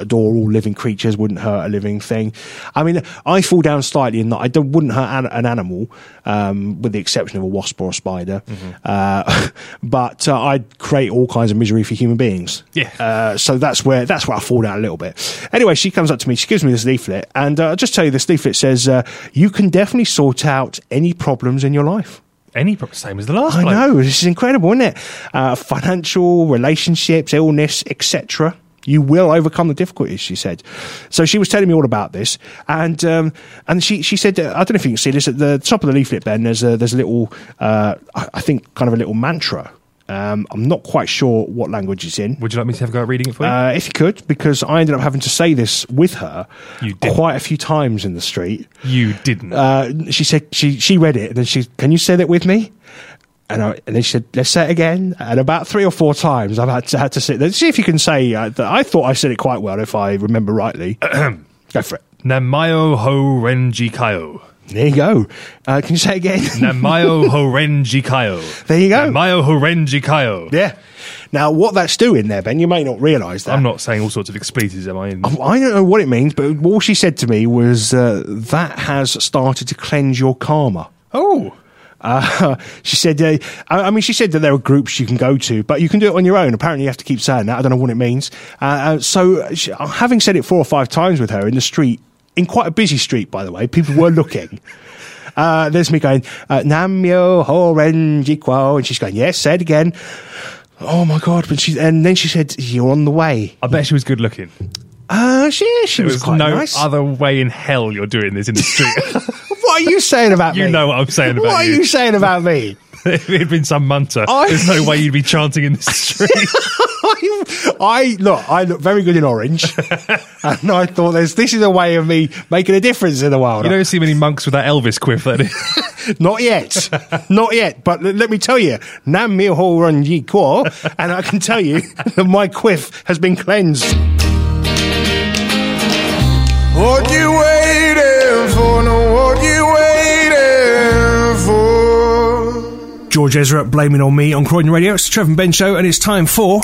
Speaker 3: adore all living creatures, wouldn't hurt a living thing. I mean, I fall down slightly in that I don't, wouldn't hurt an, an animal, um, with the exception of a wasp or a spider. Uh, but uh, I'd create all kinds of misery for human beings.
Speaker 5: Yeah.
Speaker 3: Uh, so that's where that's where I fall down a little bit. Anyway, she comes up to me. She gives me this leaflet, and uh, I'll just tell you, this leaflet says uh, you can definitely sort out any problems in your life.
Speaker 5: Any problem? Same as the last.
Speaker 3: I
Speaker 5: bloke.
Speaker 3: know this is incredible, isn't it? Uh, financial, relationships, illness, etc. You will overcome the difficulties, she said. So she was telling me all about this, and um, and she she said, uh, I don't know if you can see this at the top of the leaflet, Ben. There's a there's a little, uh, I I think, kind of a little mantra. Um, I'm not quite sure what language it's in.
Speaker 5: Would you like me to have a go at reading it for you?
Speaker 3: Uh, if you could, because I ended up having to say this with her
Speaker 5: You didn't.
Speaker 3: quite a few times in the street.
Speaker 5: you didn't.
Speaker 3: Uh, she said she she read it, and then she can you say that with me? And, I, and then she said, "Let's say it again." And about three or four times, I've had to, had to say, "Let's see if you can say." Uh, that I thought I said it quite well, if I remember rightly. go for it.
Speaker 5: Namayo ho renji kayo.
Speaker 3: There you go. Uh, can you say it again?
Speaker 5: Namayo ho renji kayo.
Speaker 3: There you go.
Speaker 5: Namayo ho renji kayo.
Speaker 3: yeah. Now, what that's doing there, Ben, you may not realise that.
Speaker 5: I'm not saying all sorts of expletives, am I?
Speaker 3: I don't know what it means, but all she said to me was uh, that has started to cleanse your karma.
Speaker 5: Oh.
Speaker 3: Uh, she said, uh, I, I mean, she said that there are groups you can go to, but you can do it on your own. Apparently, you have to keep saying that. I don't know what it means. Uh, uh, so, she, having said it four or five times with her in the street, in quite a busy street, by the way, people were looking. Uh, there's me going, uh, Namyo Horenji Quo. And she's going, yes, say it again. Oh my God. But she, and then she said, you're on the way.
Speaker 5: I bet she was good looking.
Speaker 3: Uh, she, she
Speaker 5: There
Speaker 3: was,
Speaker 5: was
Speaker 3: quite
Speaker 5: no
Speaker 3: nice.
Speaker 5: other way in hell you're doing this in the street.
Speaker 3: What are you saying about
Speaker 5: You
Speaker 3: me?
Speaker 5: know what I'm saying about
Speaker 3: What are
Speaker 5: you.
Speaker 3: you saying about me?
Speaker 5: if it had been some munter,
Speaker 3: I-
Speaker 5: there's no way you'd be chanting in the street.
Speaker 3: I, I look. I look very good in orange, and I thought this this is a way of me making a difference in the world.
Speaker 5: you don't see many monks with that Elvis quiff. That is.
Speaker 3: Not yet, not yet. But l- let me tell you, Nam Myoho Run Yi Kuo, and I can tell you that my quiff has been cleansed.
Speaker 9: What you waiting for? No, what you waiting for?
Speaker 3: George Ezra blaming on me on Croydon Radio. It's the Trevor and Ben Show, and it's time for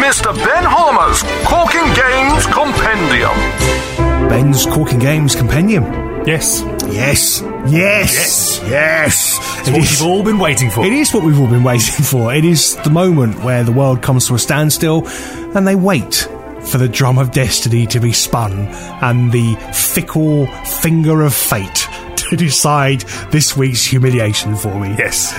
Speaker 9: Mr. Ben Holmer's Corking Games Compendium.
Speaker 3: Ben's Corking Games Compendium.
Speaker 5: yes, it's
Speaker 3: Yes, yes, yes. It
Speaker 5: what
Speaker 3: is-
Speaker 5: you've all been waiting for.
Speaker 3: It is what we've all been waiting for. It is the moment where the world comes to a standstill and they wait for the drum of destiny to be spun and the fickle finger of fate to decide this week's humiliation for me.
Speaker 5: Yes.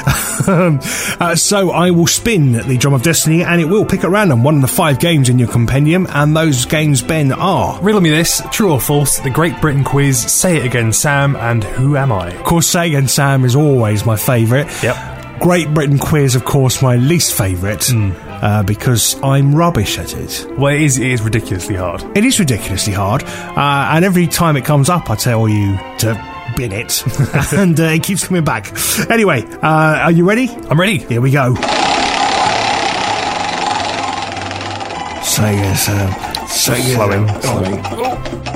Speaker 3: um, uh, so I will spin the drum of destiny and it will pick at random one of the five games in your compendium and those games, Ben, are.
Speaker 5: Riddle me this: true or false? The Great Britain quiz. Say it again, Sam. And who am I?
Speaker 3: Of course, Sagan Sam is always my favourite.
Speaker 5: Yep. Hmm.
Speaker 3: Great Britain Quiz, of course, my least favourite uh, because I'm rubbish at it.
Speaker 5: Well, it is, it is ridiculously hard.
Speaker 3: It is ridiculously hard, uh, and every time it comes up, I tell you to bin it, and uh, it keeps coming back. Anyway, uh, are you ready?
Speaker 5: I'm ready.
Speaker 3: Here we go. say is um, say is-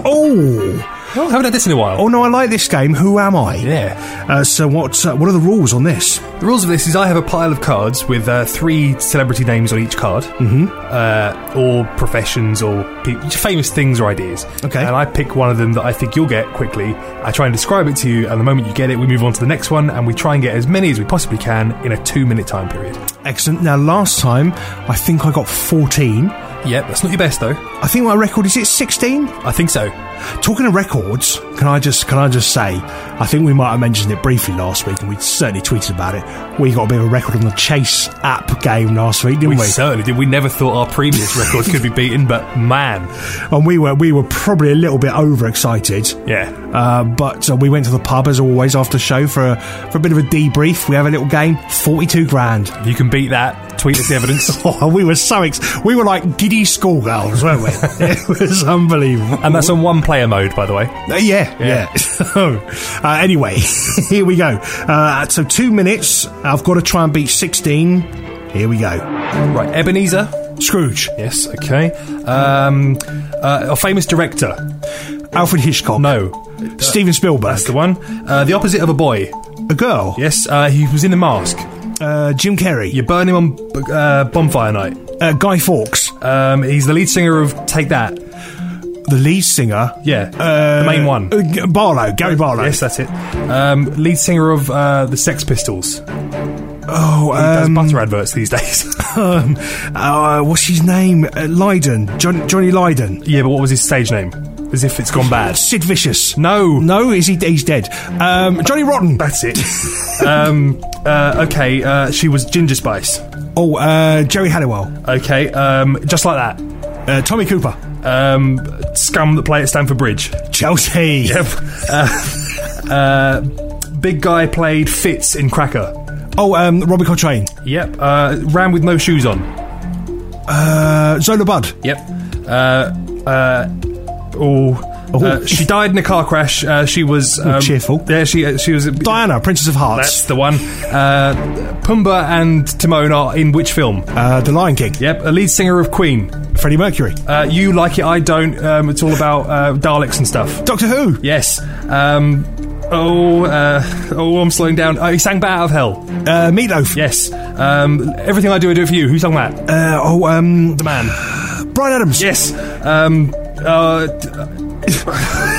Speaker 3: Oh,
Speaker 5: Oh, haven't had this in a while.
Speaker 3: oh no! I like this game. Who am I?
Speaker 5: Yeah.
Speaker 3: Uh, so what? Uh, what are the rules on this?
Speaker 5: The rules of this is I have a pile of cards with uh, three celebrity names on each card, mm-hmm. uh, or professions, or peop famous things or ideas.
Speaker 3: Okay.
Speaker 5: And I pick one of them that I think you'll get quickly. I try and describe it to you, and the moment you get it, we move on to the next one, and we try and get as many as we possibly can in a two-minute time period.
Speaker 3: Excellent. Now, last time I think I got fourteen.
Speaker 5: Yep, that's not your best though.
Speaker 3: I think my record is it sixteen.
Speaker 5: I think so.
Speaker 3: Talking of records, can I just can I just say, I think we might have mentioned it briefly last week, and we certainly tweeted about it. We got a bit of a record on the Chase app game last week, didn't
Speaker 5: We
Speaker 3: we?
Speaker 5: certainly did. We never thought our previous record could be beaten, but man,
Speaker 3: and we were we were probably a little bit overexcited.
Speaker 5: yeah.
Speaker 3: Uh, but uh, we went to the pub as always after show for a, for a bit of a debrief. We have a little game, forty-two grand.
Speaker 5: If you can beat that, tweet us the evidence.
Speaker 3: Oh, we were so ex- we were like giddy schoolgirls, weren't we? it was unbelievable.
Speaker 5: And that's on one player mode, by the way.
Speaker 3: Uh, yeah, yeah. So, uh, anyway, here we go. Uh, so two minutes. I've got to try and beat sixteen. Here we go.
Speaker 5: Right, Ebenezer.
Speaker 3: Scrooge,
Speaker 5: Yes, okay. Um, uh, a famous director.
Speaker 3: Alfred Hitchcock,
Speaker 5: No.
Speaker 3: Steven Spielberg,
Speaker 5: That's the one. Uh, the opposite of a boy.
Speaker 3: a girl,
Speaker 5: Yes, uh, he was in the mask.
Speaker 3: uh, Jim Carrey,
Speaker 5: You burn him on uh, bonfire night.
Speaker 3: uh, Guy Fawkes,
Speaker 5: Um, he's the lead singer of Take That.
Speaker 3: the lead singer.
Speaker 5: Yeah,
Speaker 3: Uh,
Speaker 5: the main one.
Speaker 3: uh, G- Barlow, Gary Barlow.
Speaker 5: Yes, that's it. Um, lead singer of uh, the Sex Pistols.
Speaker 3: Oh,
Speaker 5: He does
Speaker 3: um,
Speaker 5: butter adverts these days.
Speaker 3: um, uh, what's his name? Uh, Lydon, John, Johnny Lydon.
Speaker 5: yeah, but what was his stage name? As if it's gone bad.
Speaker 3: Sid Vicious.
Speaker 5: No.
Speaker 3: no, is he? He's dead. Um, Johnny Rotten.
Speaker 5: That's it. um, uh, okay, uh, she was Ginger Spice.
Speaker 3: Oh, uh, Jerry Halliwell.
Speaker 5: Okay, um, just like that.
Speaker 3: Uh, Tommy Cooper.
Speaker 5: um, scum that play at Stamford Bridge.
Speaker 3: Chelsea.
Speaker 5: uh, uh, big guy played Fitz in Cracker.
Speaker 3: Oh, um, Robbie Coltrane.
Speaker 5: Yep. Uh, ran with no shoes on.
Speaker 3: Uh, Zola Bud.
Speaker 5: Yep. Uh, uh, oh. Uh, she died in a car crash. Uh, she was um,
Speaker 3: cheerful.
Speaker 5: Yeah, she uh, she was.
Speaker 3: Diana, Princess of
Speaker 5: that's
Speaker 3: Hearts.
Speaker 5: the one. Uh, Pumbaa and Timon are in which film?
Speaker 3: Uh, the Lion King.
Speaker 5: Yep, a lead singer of Queen.
Speaker 3: Freddie Mercury.
Speaker 5: Uh, you like it, I don't. Um, it's all about uh, Daleks and stuff.
Speaker 3: Doctor Who.
Speaker 5: Yes. Um, oh, uh, oh, I'm slowing down. Oh, he sang "Bat Out of Hell."
Speaker 3: Uh, Meatloaf.
Speaker 5: Yes. Um, everything I do, I do it for you. Who sang that?
Speaker 3: Uh, oh, um,
Speaker 5: The man.
Speaker 3: Brian Adams.
Speaker 5: Yes. Um, uh, d-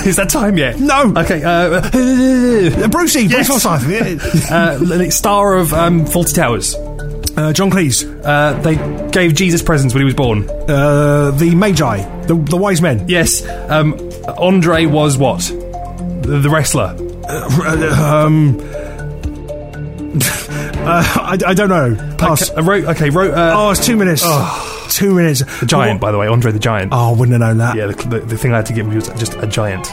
Speaker 5: is that time yet?
Speaker 3: No.
Speaker 5: Okay. Uh,
Speaker 3: Uh, Brucey.
Speaker 5: Yes.
Speaker 3: Bruce Forsyth. Yeah.
Speaker 5: uh, like star of um, Faulty Towers.
Speaker 3: uh, John Cleese.
Speaker 5: Uh, they gave Jesus presents when he was born.
Speaker 3: Uh, the Magi. The, the Wise Men.
Speaker 5: Yes. Um, Andre was what? The, the wrestler.
Speaker 3: Uh, um, uh, I, I don't know. Pass.
Speaker 5: Okay, wrote. Okay. Wrote. Uh,
Speaker 3: Oh, it's two minutes. Two minutes.
Speaker 5: the giant, by the way. Andre the giant.
Speaker 3: Oh, I wouldn't have known that.
Speaker 5: Yeah, the, the, the thing I had to give him was just a giant.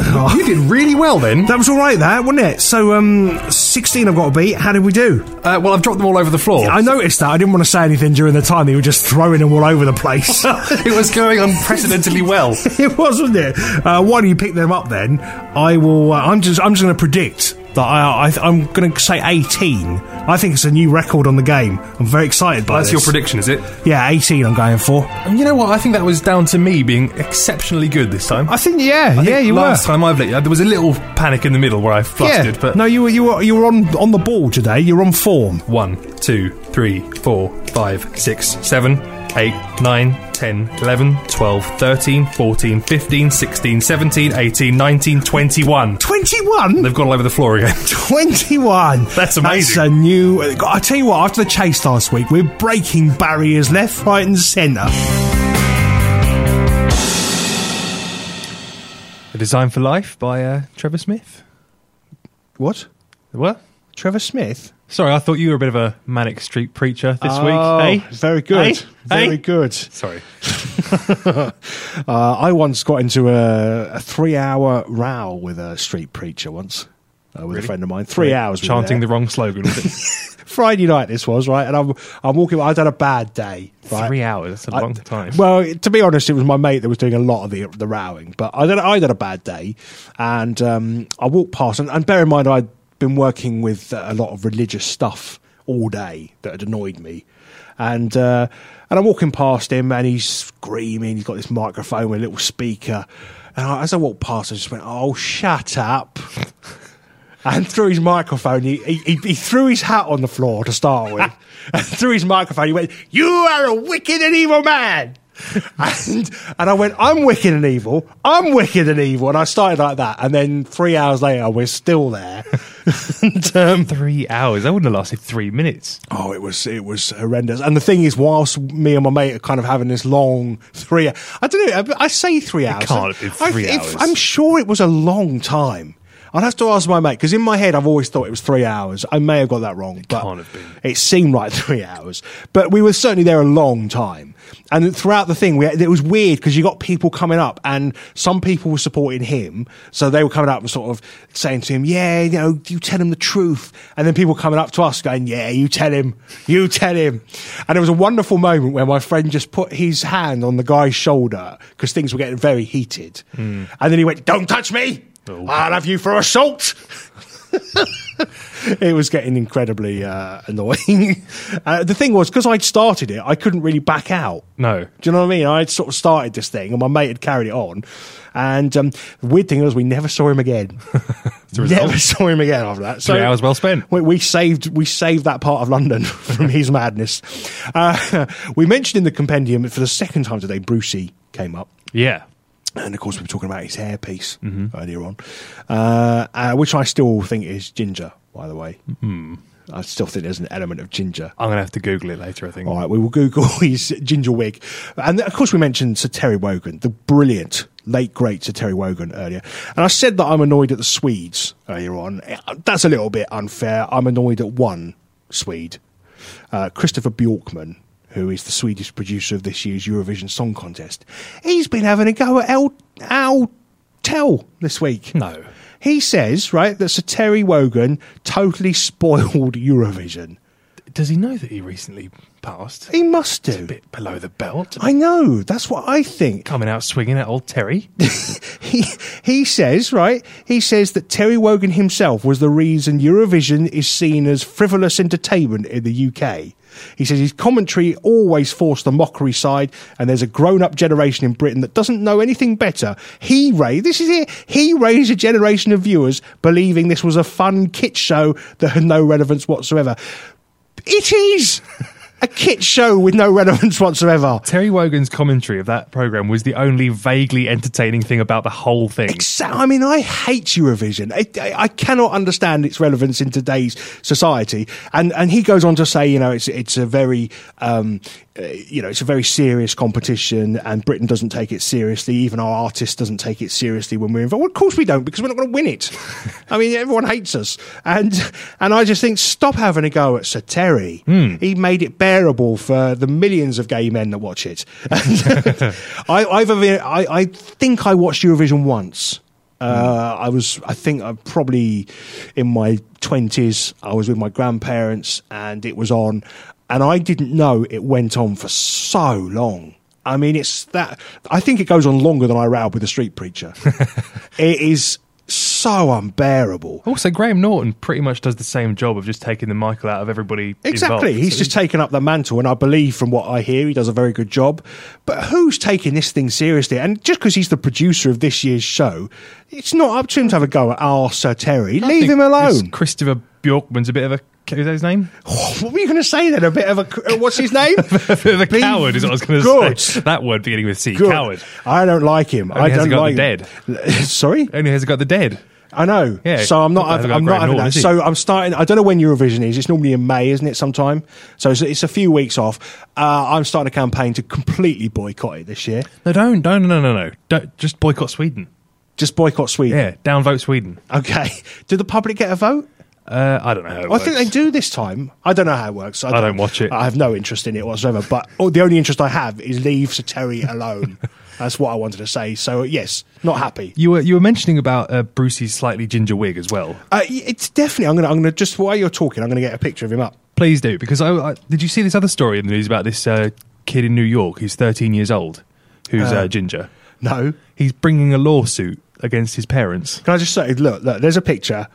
Speaker 5: You did really well then.
Speaker 3: That was all right, that wasn't it? So, um, sixteen. I've got to beat. How did we do?
Speaker 5: Uh, well, I've dropped them all over the floor.
Speaker 3: I noticed that. I didn't want to say anything during the time. They were just throwing them all over the place.
Speaker 5: it was going unprecedentedly well.
Speaker 3: it was, wasn't it? Uh, why do you pick them up then? I will. Uh, I'm just. I'm just going to predict that I, I. I'm going to say 18. I think it's a new record on the game. I'm very excited by
Speaker 5: That's your
Speaker 3: this.
Speaker 5: prediction, is it?
Speaker 3: Yeah, 18. I'm going for.
Speaker 5: And you know what? I think that was down to me being exceptionally good this time.
Speaker 3: I think. Yeah. yeah.
Speaker 5: think
Speaker 3: You
Speaker 5: last
Speaker 3: were.
Speaker 5: time I've let you, there was a little panic in the middle where I flustered,
Speaker 3: yeah.
Speaker 5: but
Speaker 3: No, you were. You were. You were on on the ball today. You're on form.
Speaker 5: one, two, three, four, five, six, seven, eight, nine, ten, eleven, twelve, thirteen, fourteen, fifteen, sixteen, seventeen, eighteen, nineteen, twenty-one.
Speaker 3: 21.
Speaker 5: They've gone all over the floor again.
Speaker 3: 21.
Speaker 5: That's
Speaker 3: That's
Speaker 5: amazing.
Speaker 3: a new. I tell you what, after the chase last week, we're breaking barriers left, right, and centre.
Speaker 5: A Design for Life by uh, Trevor Smith.
Speaker 3: What?
Speaker 5: What?
Speaker 3: Trevor Smith?
Speaker 5: Sorry, I thought you were a bit of a manic street preacher this week. Eh?
Speaker 9: Very good.
Speaker 5: Eh?
Speaker 9: Very
Speaker 5: Eh?
Speaker 9: good.
Speaker 5: Sorry.
Speaker 9: Uh, I once got into a, a three-hour row with a street preacher once. Uh, with a friend of mine, three hours we were
Speaker 5: chanting
Speaker 9: there.
Speaker 5: the wrong slogan. was it?
Speaker 9: Friday night this was right, and I'm I'm walking. I'd had a bad day. Right?
Speaker 5: Three hours. That's a
Speaker 9: I-
Speaker 5: long time.
Speaker 9: Well, to be honest, it was my mate that was doing a lot of the the rowing, but I had, I had a bad day, and um, I walked past, and, and bear in mind I'd been working with a lot of religious stuff
Speaker 3: all day that had annoyed me. And uh, and I'm walking past him, and he's screaming. He's got this microphone with a little speaker. And I, as I walked past, I just went, "Oh, shut up!" and threw his microphone. He, he, he- he threw his hat on the floor to start with, and threw his microphone. He went, "You are a wicked and evil man." and and I went, I'm wicked and evil. I'm wicked and evil. And I started like that. And then three hours later, we're still there. and, um,
Speaker 5: three hours. That wouldn't have lasted three minutes.
Speaker 3: Oh, it was it was horrendous. And the thing is, whilst me and my mate are kind of having this long three, I don't know. I- I say three hours.
Speaker 5: can't have been
Speaker 3: I-
Speaker 5: three
Speaker 3: if-
Speaker 5: hours.
Speaker 3: I'm sure it was a long time. I'd have to ask my mate because in my head I've always thought it was three hours. I may have got that wrong, but
Speaker 5: can't have been.
Speaker 3: it seemed like three hours. But we were certainly there a long time. And throughout the thing, we, it was weird because you got people coming up, and some people were supporting him, so they were coming up and sort of saying to him, "Yeah, you know, you tell him the truth." And then people coming up to us going, "Yeah, you tell him, you tell him." And it was a wonderful moment where my friend just put his hand on the guy's shoulder because things were getting very heated, and then he went, "Don't touch me! I'll have you for assault." it was getting incredibly uh, annoying. Uh, the thing was, because I'd started it, I couldn't really back out.
Speaker 5: No.
Speaker 3: Do you know what I mean? I'd sort of started this thing, and my mate had carried it on. And um, the weird thing was, we never saw him again. never saw him again after that. So
Speaker 5: Three hours well spent.
Speaker 3: We, we saved we saved that part of London from his madness. Uh, we mentioned in the compendium for the second time today, Brucey came up.
Speaker 5: Yeah.
Speaker 3: And of course, we were talking about his hairpiece
Speaker 5: Mm-hmm.
Speaker 3: earlier on, uh, uh, which I still think is ginger, by the way.
Speaker 5: Mm-hmm.
Speaker 3: I still think there's an element of ginger.
Speaker 5: I'm going to have to Google it later, I think.
Speaker 3: All right, we will Google his ginger wig. And of course, we mentioned Sir Terry Wogan, the brilliant, late, great Sir Terry Wogan earlier. And I said that I'm annoyed at the Swedes earlier on. That's a little bit unfair. I'm annoyed at one Swede, uh, Christopher Bjorkman. Who is the Swedish producer of this year's Eurovision Song Contest? He's been having a go at El, El Tell this week.
Speaker 5: No.
Speaker 3: He says, right, that Sir Terry Wogan totally spoiled Eurovision.
Speaker 5: Does he know that he recently passed?
Speaker 3: He must do.
Speaker 5: A bit below the belt.
Speaker 3: I know. That's what I think.
Speaker 5: Coming out swinging at old Terry.
Speaker 3: He he says, right? He says that Terry Wogan himself was the reason Eurovision is seen as frivolous entertainment in the UK. He says his commentary always forced the mockery side, and there's a grown-up generation in Britain that doesn't know anything better. He raised this is it. He raised a generation of viewers believing this was a fun kit show that had no relevance whatsoever. It is a kit show with no relevance whatsoever.
Speaker 5: Terry Wogan's commentary of that program was the only vaguely entertaining thing about the whole thing.
Speaker 3: Exa- I mean, I hate Eurovision. I, I, I cannot understand its relevance in today's society. And and he goes on to say, you know, it's it's a very, um, uh, you know, it's a very serious competition, and Britain doesn't take it seriously. Even our artist doesn't take it seriously when we're involved. Well, of course we don't, because we're not going to win it. I mean, everyone hates us, and and I just think stop having a go at Sir Terry. He made it bearable for the millions of gay men that watch it. And I, I've, I, I think I watched Eurovision once. Uh, I was, I think, I probably in my twenties. I was with my grandparents, and it was on, and I didn't know it went on for so long. I mean, it's that. I think it goes on longer than I rowed with a street preacher. it is so unbearable.
Speaker 5: Also, Graham Norton pretty much does the same job of just taking the Michael out of everybody.
Speaker 3: Exactly.
Speaker 5: involved.
Speaker 3: He's
Speaker 5: So
Speaker 3: just taken up the mantle, and I believe from what I hear, he does a very good job. But who's taking this thing seriously? And just because he's the producer of this year's show, it's not up to him to have a go at our Sir Terry.
Speaker 5: I
Speaker 3: Leave
Speaker 5: think
Speaker 3: him
Speaker 5: this
Speaker 3: alone.
Speaker 5: Christopher Bjorkman's a bit of a. Is that his name?
Speaker 3: what were you going to say then? A bit of a cr- uh, what's his name?
Speaker 5: a bit of a
Speaker 3: Be
Speaker 5: coward is what I was going to
Speaker 3: good.
Speaker 5: say. That word beginning with C.
Speaker 3: Good.
Speaker 5: Coward.
Speaker 3: I don't like him. I
Speaker 5: has
Speaker 3: don't
Speaker 5: he got
Speaker 3: like
Speaker 5: the
Speaker 3: him. Sorry,
Speaker 5: Only has it got the dead.
Speaker 3: I know.
Speaker 5: Yeah,
Speaker 3: so I'm not.
Speaker 5: hasn't
Speaker 3: I'm,
Speaker 5: got great
Speaker 3: not having
Speaker 5: norm,
Speaker 3: that.
Speaker 5: has he?
Speaker 3: So I'm starting. I don't know when Eurovision is. It's normally in May, isn't it? Sometime. So it's, it's a few weeks off. Uh, I'm starting a campaign to completely boycott it this year.
Speaker 5: No, don't, don't, no, no, no. Don't just boycott Sweden.
Speaker 3: Just boycott Sweden.
Speaker 5: Yeah, downvote Sweden.
Speaker 3: Okay. Do the public get a vote?
Speaker 5: Uh, I don't know. How it
Speaker 3: I think they
Speaker 5: works.
Speaker 3: do this time. I don't know how it works.
Speaker 5: I don't watch it.
Speaker 3: I have no interest in it whatsoever. But oh, the only interest I have is leave Sir Terry alone. That's what I wanted to say. So yes, not happy.
Speaker 5: You were you were mentioning about uh, Brucey's slightly ginger wig as well.
Speaker 3: Uh, y- it's definitely. I'm gonna. I'm gonna just while you're talking, I'm gonna get a picture of him up.
Speaker 5: Please do because I, I did you see this other story in the news about this uh, kid in New York who's 13 years old, who's uh, ginger.
Speaker 3: No.
Speaker 5: He's bringing a lawsuit against his parents.
Speaker 3: Can I just say, look, look. There's a picture.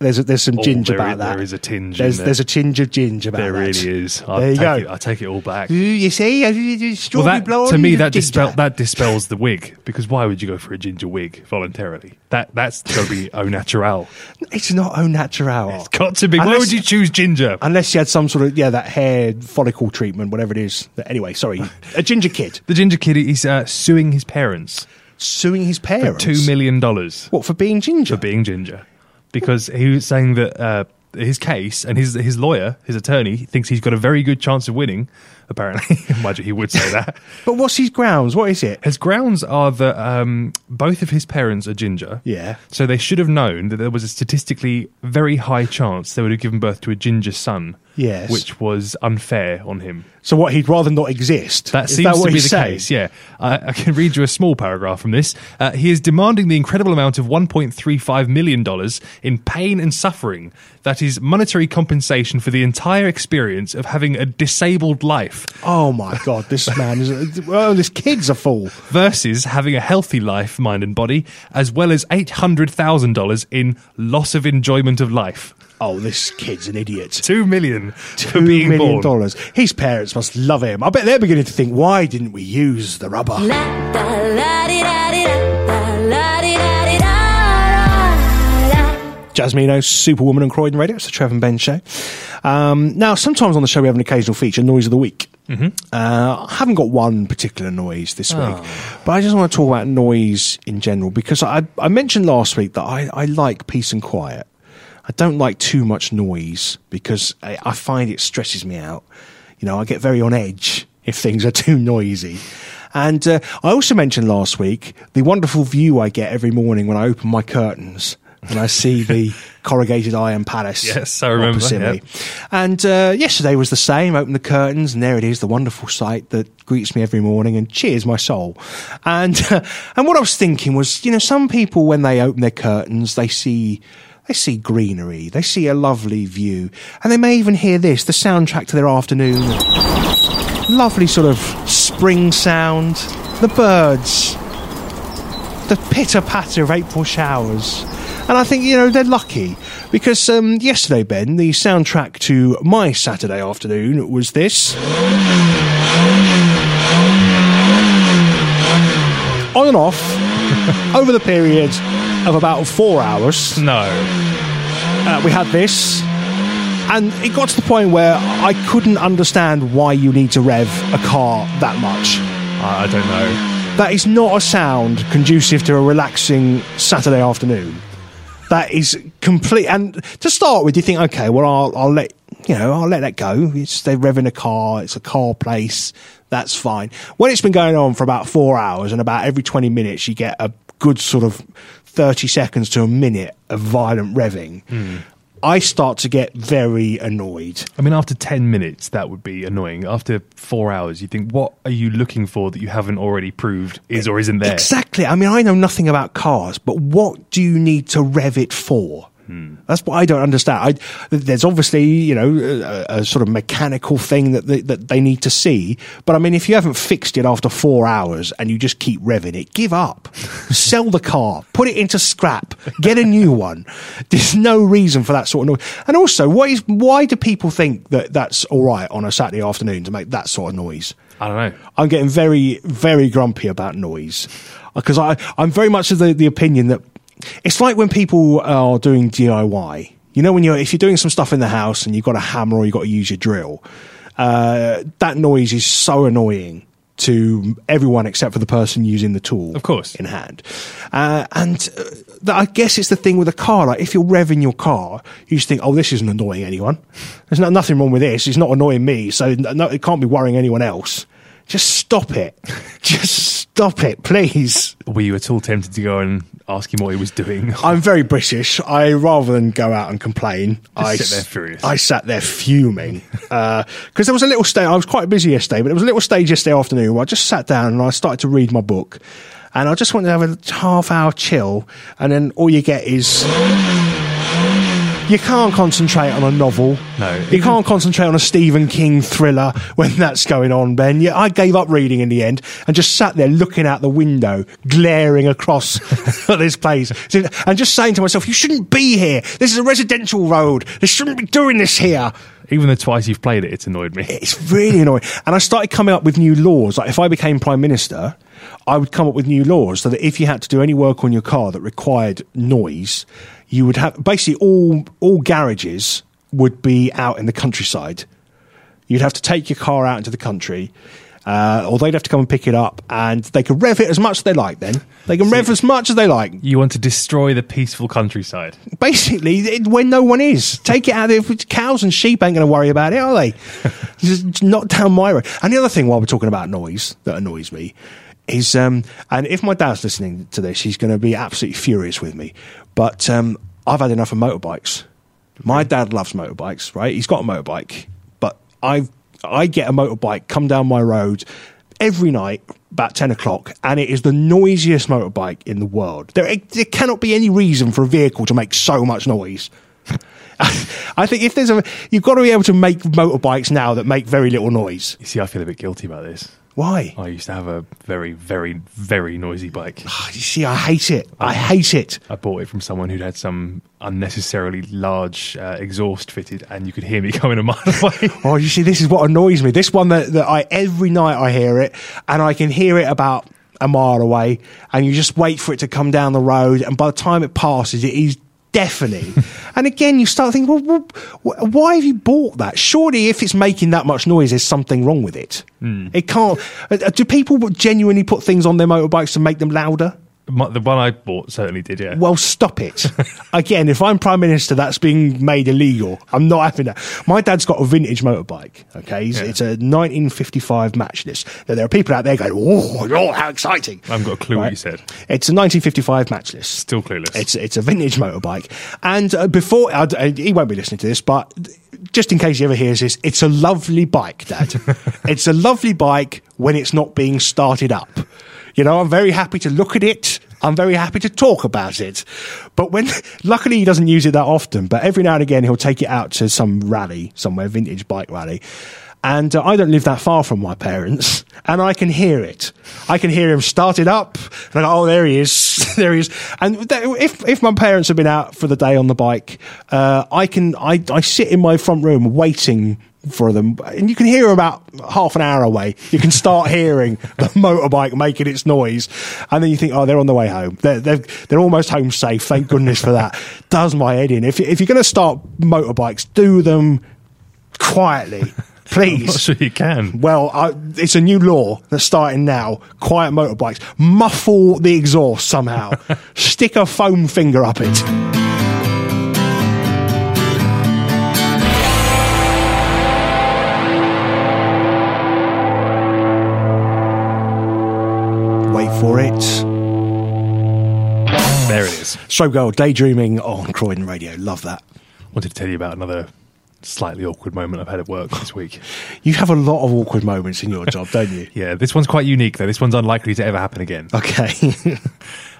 Speaker 3: there's there's some
Speaker 5: Oh,
Speaker 3: ginge
Speaker 5: there
Speaker 3: about
Speaker 5: is-
Speaker 3: that.
Speaker 5: there is a tinge in
Speaker 3: There's
Speaker 5: there.
Speaker 3: there's a tinge of ginge about
Speaker 5: There
Speaker 3: that.
Speaker 5: really is. I
Speaker 3: there you
Speaker 5: take
Speaker 3: go.
Speaker 5: It, I take it all back.
Speaker 3: Ooh, you see, Uh,
Speaker 5: Well,
Speaker 3: strawberry
Speaker 5: that,
Speaker 3: blonde
Speaker 5: to me,
Speaker 3: with
Speaker 5: that
Speaker 3: ginger.
Speaker 5: dispel, that dispels the wig because why would you go for a ginger wig voluntarily? That that's got to be au naturel.
Speaker 3: It's not au natural. It's
Speaker 5: Got to be. Why would you choose ginger?
Speaker 3: Unless you had some sort of yeah, that hair follicle treatment, whatever it is. Anyway, sorry, a ginger kid
Speaker 5: The ginger kid is uh, suing his parents
Speaker 3: suing his
Speaker 5: for
Speaker 3: parents.
Speaker 5: two million dollars
Speaker 3: What for being ginger?
Speaker 5: for being ginger because he was saying that uh, his case and his his lawyer, his attorney, thinks he's got a very good chance of winning. Apparently, mind you, he would say that.
Speaker 3: but what's his grounds? What is it?
Speaker 5: His grounds are that um, both of his parents are ginger.
Speaker 3: Yeah.
Speaker 5: So they should have known that there was a statistically very high chance they would have given birth to a ginger son.
Speaker 3: Yes.
Speaker 5: Which was unfair on him.
Speaker 3: So what he'd rather not exist.
Speaker 5: That
Speaker 3: Is
Speaker 5: seems
Speaker 3: what
Speaker 5: to be
Speaker 3: he's
Speaker 5: the
Speaker 3: saying?
Speaker 5: case, yeah. I, I can read you a small paragraph from this. Uh, he is demanding the incredible amount of $1.35 million in pain and suffering that is monetary compensation for the entire experience of having a disabled life
Speaker 3: Oh my god, this man is. Oh, this kid's a fool.
Speaker 5: versus having a healthy life, mind and body, as well as $800,000 in loss of enjoyment of life.
Speaker 3: Oh, this kid's an idiot.
Speaker 5: Two million for
Speaker 3: Two
Speaker 5: being
Speaker 3: million
Speaker 5: born.
Speaker 3: dollars. His parents must love him. I bet they're beginning to think, why didn't we use the rubber? Jasmino, Superwoman, and Croydon Radio. It's the Trevor and Ben show. Um, now, sometimes on the show we have an occasional feature, noise of the week. Mm-hmm. Uh, I haven't got one particular noise this week,
Speaker 5: Oh.
Speaker 3: but I just want to talk about noise in general because I, I mentioned last week that I, I like peace and quiet. I don't like too much noise because I, I find it stresses me out. You know, I get very on edge if things are too noisy. And uh, I also mentioned last week the wonderful view I get every morning when I open my curtains and I see the corrugated iron palace.
Speaker 5: Yes, I remember,
Speaker 3: opposite
Speaker 5: yeah.
Speaker 3: me. And uh, yesterday was the same. Open the curtains, and there it is, the wonderful sight that greets me every morning and cheers my soul. And and what I was thinking was, you know, some people when they open their curtains, they see they see greenery, they see a lovely view, and they may even hear this, the soundtrack to their afternoon. Lovely sort of spring sound, the birds, the pitter patter of April showers. And I think, you know, they're lucky because um, yesterday, Ben, the soundtrack to my Saturday afternoon was this. On and off over the period of about four hours.
Speaker 5: No.
Speaker 3: Uh, we had this. And it got to the point where I couldn't understand why you need to rev a car that much.
Speaker 5: I I don't know.
Speaker 3: That is not a sound conducive to a relaxing Saturday afternoon. That is complete. And to start with, you think, okay, well, I'll, I'll let you know, I'll let that go. It's they're revving a car. It's a car place. That's fine. When it's been going on for about four hours, and about every twenty minutes, you get a good sort of thirty seconds to a minute of violent revving. I start to get very annoyed.
Speaker 5: I mean, after 10 minutes, that would be annoying. After four hours, you think, what are you looking for that you haven't already proved is or isn't there?
Speaker 3: Exactly. I mean, I know nothing about cars, but what do you need to rev it for? That's what I don't understand. I, there's obviously, you know, a, a sort of mechanical thing that they, that they need to see. But I mean, if you haven't fixed it after four hours and you just keep revving it, give up, sell the car, put it into scrap, get a new one. There's no reason for that sort of noise. And also, why is why do people think that that's all right on a Saturday afternoon to make that sort of noise?
Speaker 5: I don't know.
Speaker 3: I'm getting very, very grumpy about noise because I, I'm very much of the, the opinion that it's like when people are doing DIY. You know, when you're, if you're doing some stuff in the house and you've got a hammer or you've got to use your drill, uh, that noise is so annoying to everyone except for the person using the tool
Speaker 5: Of course.
Speaker 3: in hand. Uh, and uh, th- I guess it's the thing with a car. Like if you're revving your car, you just think, "Oh, this isn't annoying anyone. There's no, nothing wrong with this. It's not annoying me, so n- no, it can't be worrying anyone else." Just stop it. just stop it, please.
Speaker 5: Were you at all tempted to go and ask him what he was doing?
Speaker 3: I'm very British. I rather than go out and complain, I
Speaker 5: sit there
Speaker 3: s-
Speaker 5: furious.
Speaker 3: I sat there fuming because there was a little stage. I was quite busy yesterday, but there was a little stage yesterday afternoon where I just sat down and I started to read my book, and I just wanted to have a half hour chill, and then all you get is You can't concentrate on a novel.
Speaker 5: No.
Speaker 3: You can't concentrate on a Stephen King thriller when that's going on, Ben. Yeah, I gave up reading in the end and just sat there looking out the window, glaring across at this place, and just saying to myself, "You shouldn't be here. This is a residential road. They shouldn't be doing this here."
Speaker 5: Even though twice you've played it, it's annoyed me.
Speaker 3: It's really annoying. And I started coming up with new laws. Like if I became prime minister, I would come up with new laws so that if you had to do any work on your car that required noise, you would have basically all all garages would be out in the countryside. You'd have to take your car out into the country. Uh, or they'd have to come and pick it up, and they could rev it as much as they like. Then they can rev as much as they like.
Speaker 5: You want to destroy the peaceful countryside.
Speaker 3: Basically, it, when no one is, take it out of there. Cows and sheep ain't going to worry about it, are they? Just just knock down my road. And the other thing, while we're talking about noise, that annoys me is, um, and if my dad's listening to this, he's going to be absolutely furious with me. But um, I've had enough of motorbikes. My dad loves motorbikes, right? He's got a motorbike, but I I get a motorbike come down my road every night about 10 o'clock and it is the noisiest motorbike in the world there, there cannot be any reason for a vehicle to make so much noise i think if there's a you've got to be able to make motorbikes now that make very little noise
Speaker 5: You see, I feel a bit guilty about this.
Speaker 3: why
Speaker 5: I used to have a very, very, very noisy bike.
Speaker 3: Ah, you see i hate it i hate it
Speaker 5: I bought it from someone who'd had some unnecessarily large uh, exhaust fitted, and you could hear me coming a mile away.
Speaker 3: Oh, you see, this is what annoys me. This one that, that I every night I hear it, and I can hear it about a mile away, and you just wait for it to come down the road, and by the time it passes, it is deafening. and again, you start thinking, well, well, wh- why have you bought that? Surely, if it's making that much noise, there's something wrong with it. It can't. uh, uh, Do people genuinely put things on their motorbikes to make them louder?
Speaker 5: My, the one I bought certainly did, yeah.
Speaker 3: Well, stop it. Again, if I'm Prime Minister, that's being made illegal. I'm not having that. My dad's got a vintage motorbike, okay? He's-
Speaker 5: Yeah.
Speaker 3: It's a 1955 Matchless. Now, there are people out there going, oh, oh how exciting.
Speaker 5: I haven't got a clue what
Speaker 3: Right.
Speaker 5: you said.
Speaker 3: It's a 1955 Matchless.
Speaker 5: Still clueless.
Speaker 3: It's, it's a vintage motorbike. And uh, before, I, I- he won't be listening to this, but just in case he ever hears this, it's a lovely bike, Dad. it's a lovely bike when it's not being started up. You know, I'm very happy to look at it. I'm very happy to talk about it. But when, luckily, he doesn't use it that often, but every now and again, he'll take it out to some rally, somewhere, vintage bike rally. And uh, I don't live that far from my parents, and I can hear it. I can hear him start it up, and I go, oh, there he is, there he is. And th- if if my parents have been out for the day on the bike, uh, I can I I sit in my front room waiting for them, and you can hear them about half an hour away. You can start hearing the motorbike making its noise, and then you think, oh, they're on the way home. They're they're, they're almost home safe. Thank goodness for that. Does my head in. If you- if you're going to start motorbikes, do them quietly.
Speaker 5: I'm not
Speaker 3: Please.
Speaker 5: sure you can.
Speaker 3: Well, I, it's a new law that's starting now. Quiet motorbikes. Muffle the exhaust somehow. Stick a foam finger up it. Wait for it.
Speaker 5: There it is.
Speaker 3: Strobe Girl, daydreaming on Croydon Radio. Love that.
Speaker 5: Wanted to tell you about another slightly awkward moment I've had at work this week.
Speaker 3: You have a lot of awkward moments in your job, don't you?
Speaker 5: Yeah, this one's quite unique, though. This one's unlikely to ever happen again.
Speaker 3: Okay.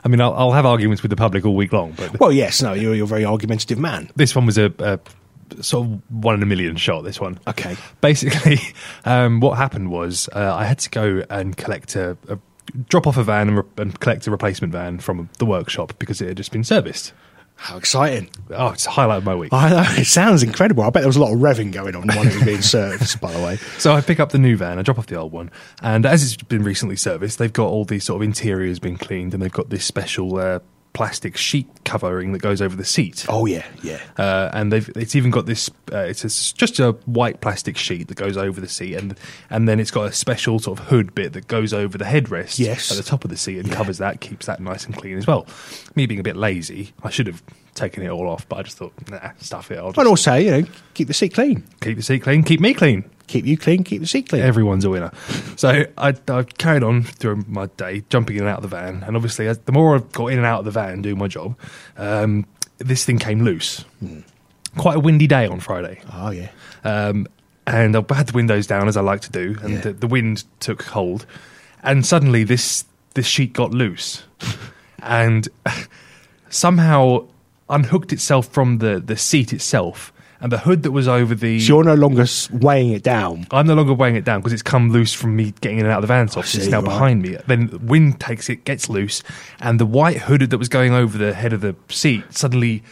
Speaker 5: I mean, I'll, I'll have arguments with the public all week long, but
Speaker 3: well, yes, no, you're, you're a very argumentative man.
Speaker 5: this one was a, a sort of one in a million shot. This one.
Speaker 3: Okay.
Speaker 5: Basically, um, what happened was uh, I had to go and collect a, a drop off a van and, re- and collect a replacement van from the workshop because it had just been serviced.
Speaker 3: How exciting.
Speaker 5: Oh, it's a highlight of my week.
Speaker 3: I know, it sounds incredible. I bet there was a lot of revving going on while it was being served, by the way.
Speaker 5: So I pick up the new van, I drop off the old one, and as it's been recently serviced, they've got all these sort of interiors been cleaned, and they've got this special uh, plastic sheet covering that goes over the seat.
Speaker 3: Oh, yeah, yeah.
Speaker 5: Uh, and they've it's even got this. Uh, it's a s just a white plastic sheet that goes over the seat, and and then it's got a special sort of hood bit that goes over the headrest
Speaker 3: Yes.
Speaker 5: at the top of the seat and covers that, keeps that nice and clean as well. Me being a bit lazy, I should have taken it all off, but I just thought, nah, stuff it. I'll
Speaker 3: And
Speaker 5: just
Speaker 3: also, you know, keep the seat clean.
Speaker 5: keep the seat clean, keep me clean.
Speaker 3: Keep you clean, keep the seat clean.
Speaker 5: Everyone's a winner. So I, I carried on through my day, jumping in and out of the van. And obviously, as, the more I got in and out of the van doing my job, um, this thing came loose. Quite a windy day on Friday.
Speaker 3: Oh, yeah.
Speaker 5: Um, and I had the windows down as I like to do, and
Speaker 3: Yeah.
Speaker 5: the, the wind took hold. And suddenly, this this sheet got loose, and somehow unhooked itself from the, the seat itself, and the hood that was over the.
Speaker 3: So you're no longer s- weighing it down.
Speaker 5: I'm no longer weighing it down because it's come loose from me getting in and out of the van. So
Speaker 3: Oh, see,
Speaker 5: it's now
Speaker 3: right.
Speaker 5: behind me. Then wind takes it, gets loose, and the white hood that was going over the head of the seat suddenly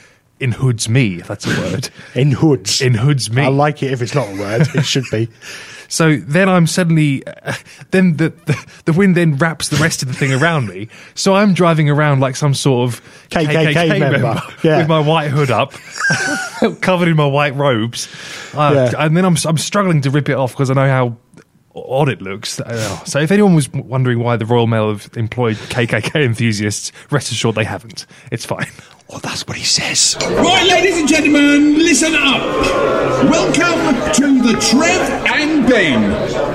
Speaker 5: enhoods me. If that's a word,
Speaker 3: In hoods.
Speaker 5: enhoods me.
Speaker 3: I like it if it's not a word. It should be.
Speaker 5: So then I'm suddenly, then the, the the wind then wraps the rest of the thing around me. So I'm driving around like some sort of
Speaker 3: KKK member. Yeah.
Speaker 5: with my white hood up, covered in my white robes, uh,
Speaker 3: Yeah.
Speaker 5: and then I'm I'm struggling to rip it off because I know how odd it looks. Uh, So if anyone was wondering why the Royal Mail have employed KKK enthusiasts, rest assured they haven't. It's fine.
Speaker 3: Oh, that's what he says.
Speaker 11: Right, ladies and gentlemen, listen up. Welcome to the Trev and Ben.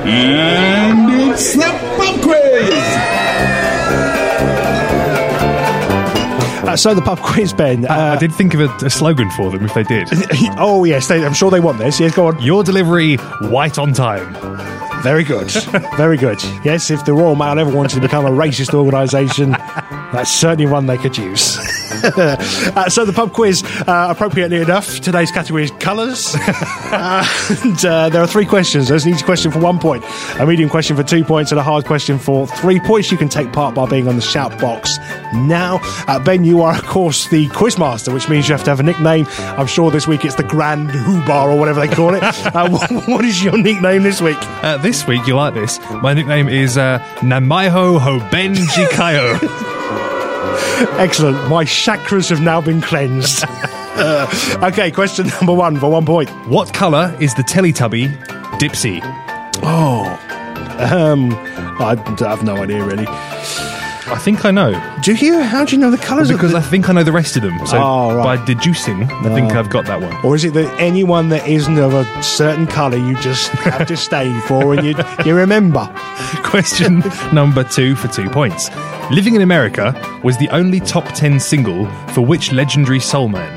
Speaker 11: And it's the pub quiz.
Speaker 3: Uh, so the pub quiz, Ben.
Speaker 5: I
Speaker 3: Uh,
Speaker 5: did think of a, a slogan for them if they did.
Speaker 3: oh yes, they, I'm sure they want this. Yes, go on.
Speaker 5: Your delivery, white on time.
Speaker 3: Very good. Very good. Yes, if the Royal Mail ever wanted to become a racist organisation, that's certainly one they could use. uh, so the pub quiz, uh, appropriately enough, today's category is colours. Uh, and uh, there are three questions. There's an easy question for one point, a medium question for two points, and a hard question for three points. You can take part by being on the shout box now. Uh, ben, you are, of course, the quiz master, which means you have to have a nickname. I'm sure this week it's the Grand Hoobar or whatever they call it. uh, what- what is your nickname this week?
Speaker 5: Uh, this week, you like this. My nickname is uh, Namaiho Hobenji Kaio.
Speaker 3: Excellent. My chakras have now been cleansed. Uh, okay, question number one for one point.
Speaker 5: what colour is the Teletubby Dipsy?
Speaker 3: Um, I have no idea really.
Speaker 5: I think I know
Speaker 3: Do you? How do you know the colours?
Speaker 5: because I
Speaker 3: of
Speaker 5: think I know the rest of them. So
Speaker 3: Oh, right. Ah.
Speaker 5: by deducing, I think I've got that one.
Speaker 3: the, or is it that anyone that isn't of a certain colour you just have disdain for and you you remember?
Speaker 5: Question number two for two points. Living in America was the only top ten single for which legendary soul man?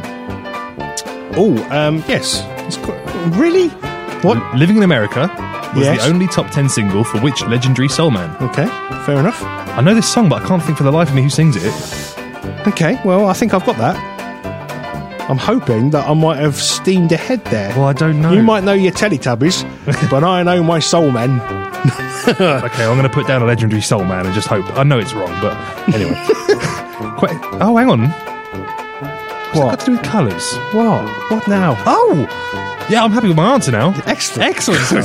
Speaker 3: Oh, um, yes. It's qu- really? What?
Speaker 5: Living in America was
Speaker 3: Yes.
Speaker 5: the only top ten single for which legendary soul man?
Speaker 3: Okay, fair enough.
Speaker 5: I know this song, but I can't think for the life of me who sings it.
Speaker 3: Okay, well I think I've got that. I'm hoping that I might have steamed ahead there.
Speaker 5: Well, I don't know.
Speaker 3: You might know your Teletubbies, but I know my soul men.
Speaker 5: Okay, I'm going to put down a legendary soul man and just hope. I know it's wrong, but anyway. Quite, oh, hang on. What's that
Speaker 3: What?
Speaker 5: got to do with colours?
Speaker 3: What? What now?
Speaker 5: Oh, yeah, I'm happy with my answer now.
Speaker 3: Excellent.
Speaker 5: Excellent.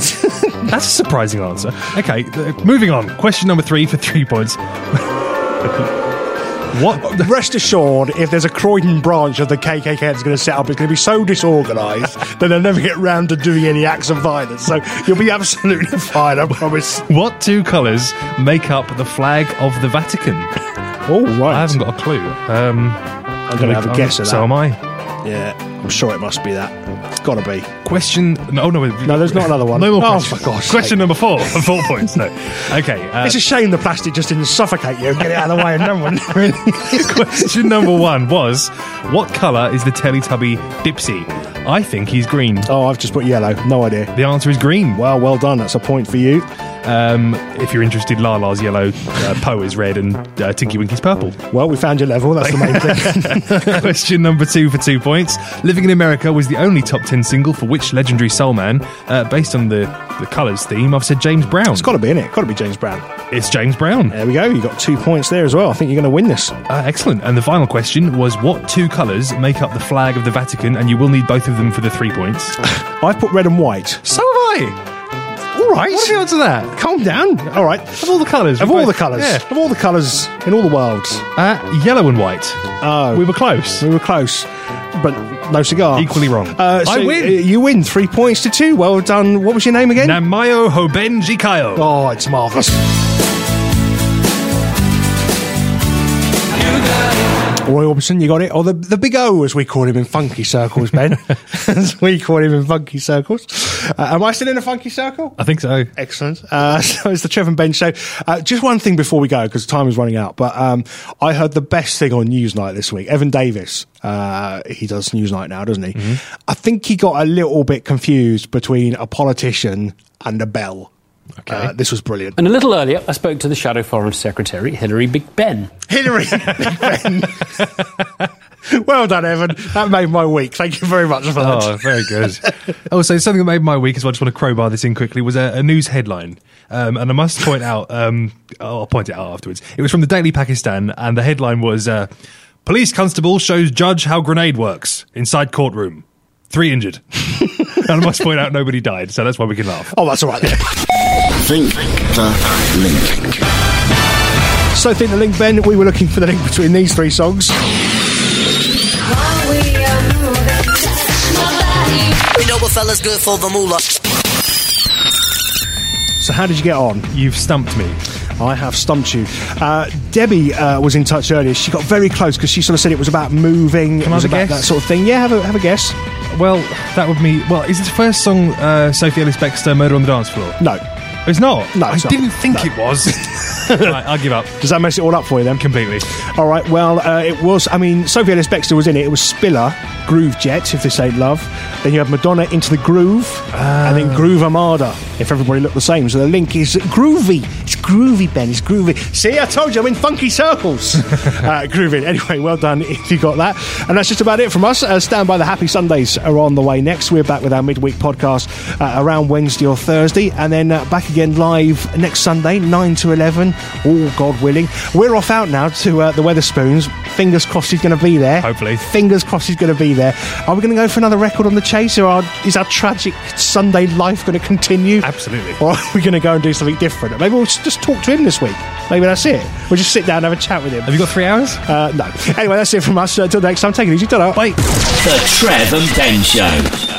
Speaker 5: sir. That's a surprising answer. Okay, th- moving on. Question number three for three points. what?
Speaker 3: Rest assured, if there's a Croydon branch of the KKK that's going to set up, it's going to be so disorganised that they'll never get round to doing any acts of violence. So you'll be absolutely fine, I promise.
Speaker 5: What two colours make up the flag of the Vatican?
Speaker 3: All right.
Speaker 5: I haven't got a clue. Um,
Speaker 3: I'm going to have a guess at that.
Speaker 5: So am I.
Speaker 3: Yeah, I'm sure it must be that. It's got to be.
Speaker 5: Question? No, no.
Speaker 3: No, there's not another one.
Speaker 5: No more
Speaker 3: Oh,
Speaker 5: questions.
Speaker 3: for God's
Speaker 5: Question
Speaker 3: sake.
Speaker 5: number four. Four points. No. Okay. Uh,
Speaker 3: It's a shame the plastic just didn't suffocate you and get it out of the way and no one really.
Speaker 5: Question number one was What colour is the Teletubby Dipsy? I think he's green.
Speaker 3: oh, I've just put yellow. No idea.
Speaker 5: The answer is green.
Speaker 3: Well, well done. That's a point for you.
Speaker 5: Um, if you're interested, Lala's yellow, uh, Poe is red, and uh, Tinky Winky's purple.
Speaker 3: Well, we found your level. That's the main thing.
Speaker 5: Question number two for two points. Living in America was the only top 10 single for which legendary soul man? Uh, based on the, the colours theme, I've said James Brown.
Speaker 3: It's got to be, in it? Got to be James Brown.
Speaker 5: It's James Brown.
Speaker 3: There we go. You got two points there as well. I think you're going to win this.
Speaker 5: Uh, excellent. And the final question was What two colours make up the flag of the Vatican? And you will need both of them for the three points.
Speaker 3: I've put red and white.
Speaker 5: so have I.
Speaker 3: All right.
Speaker 5: What have you answered that?
Speaker 3: Calm down. All right.
Speaker 5: Of all the colours.
Speaker 3: Of
Speaker 5: we
Speaker 3: all the
Speaker 5: both-
Speaker 3: colours,
Speaker 5: Yeah.
Speaker 3: of all the colours in all the world,
Speaker 5: Uh, yellow and white.
Speaker 3: Oh.
Speaker 5: We were close.
Speaker 3: we were close, but no cigar.
Speaker 5: Equally wrong.
Speaker 3: Uh, so,
Speaker 5: I win.
Speaker 3: uh, you win three points to two. Well done. What was your name again?
Speaker 5: Namayo Hobenji Kayo.
Speaker 3: oh, it's marvellous. Roy Orbison, you got it, or the the big O as we call him in funky circles, Ben, as we call him in funky circles. Uh, am I still in a funky circle?
Speaker 5: I think so.
Speaker 3: Excellent. Uh, so it's the Trevor and Ben show. Uh, just one thing before we go, because time is running out. But um, I heard the best thing on Newsnight this week. Evan Davis, uh, he does Newsnight now, doesn't he? I think he got a little bit confused between a politician and a bell. Okay. this was brilliant.
Speaker 12: And a little earlier, I spoke to the Shadow Foreign Secretary, Hillary Big Ben.
Speaker 3: Hillary well done, Evan. That made my week. Thank you very much for that.
Speaker 5: Oh, very good. also, something that made my week, is I just want to crowbar this in quickly, was a, a news headline. Um, and I must point out, um, I'll point it out afterwards. It was from the Daily Pakistan, and the headline was uh, Police Constable Shows Judge How Grenade Works Inside Courtroom. Three injured. and I must point out, nobody died, so that's why we can laugh.
Speaker 3: Oh, that's all right.
Speaker 1: Think the link.
Speaker 3: So, think the link, Ben. We were looking for the link between these three songs.
Speaker 6: We know what fella's good for the moolah.
Speaker 3: So, how did you get on?
Speaker 5: You've stumped me.
Speaker 3: I have stumped you. Uh, Debbie uh, was in touch earlier. She got very close because she sort of said it was about moving.
Speaker 5: Can
Speaker 3: it
Speaker 5: I
Speaker 3: was
Speaker 5: have a
Speaker 3: about
Speaker 5: guess?
Speaker 3: that sort of thing. Yeah, have a have a guess.
Speaker 5: Well, that would be. Well, is it the first song uh, Sophie Ellis Bextor, Murder on the Dance Floor? Oh,
Speaker 3: No.
Speaker 5: It's not?
Speaker 3: No,
Speaker 5: I
Speaker 3: it's not.
Speaker 5: didn't think
Speaker 3: No.
Speaker 5: it was. right, I'll give up.
Speaker 3: Does that mess it all up for you then?
Speaker 5: Completely.
Speaker 3: All right. Well, uh, it was. I mean, Sophie Ellis Bextor was in it. It was Spiller, Groove Jet, if this ain't love. Then you have Madonna into the Groove, and
Speaker 5: Ah.
Speaker 3: then Groove Armada. If everybody looked the same, so the link is groovy. It's groovy, Ben. It's groovy. See, I told you, I'm in funky circles. uh, grooving. Anyway, well done if you got that. And that's just about it from us. Uh, stand by. The Happy Sundays are on the way next. We're back with our midweek podcast uh, around Wednesday or Thursday, and then uh, back again live next Sunday, 9 to 11. All God willing. We're off out now to uh, the Weatherspoons. Fingers crossed he's going to be there.
Speaker 5: Hopefully.
Speaker 3: Fingers crossed he's going to be there. Are we going to go for another record on the chase, or are, is our tragic Sunday life going to continue?
Speaker 5: Absolutely.
Speaker 3: Or are we going to go and do something different? Maybe we'll s- just talk to him this week. Maybe that's it. We'll just sit down and have a chat with him.
Speaker 5: Have you got three hours?
Speaker 3: Uh, no. Anyway, that's it from us. Until next time, take it easy. Ta-ra.
Speaker 5: Bye.
Speaker 4: The Trev and Ben Show.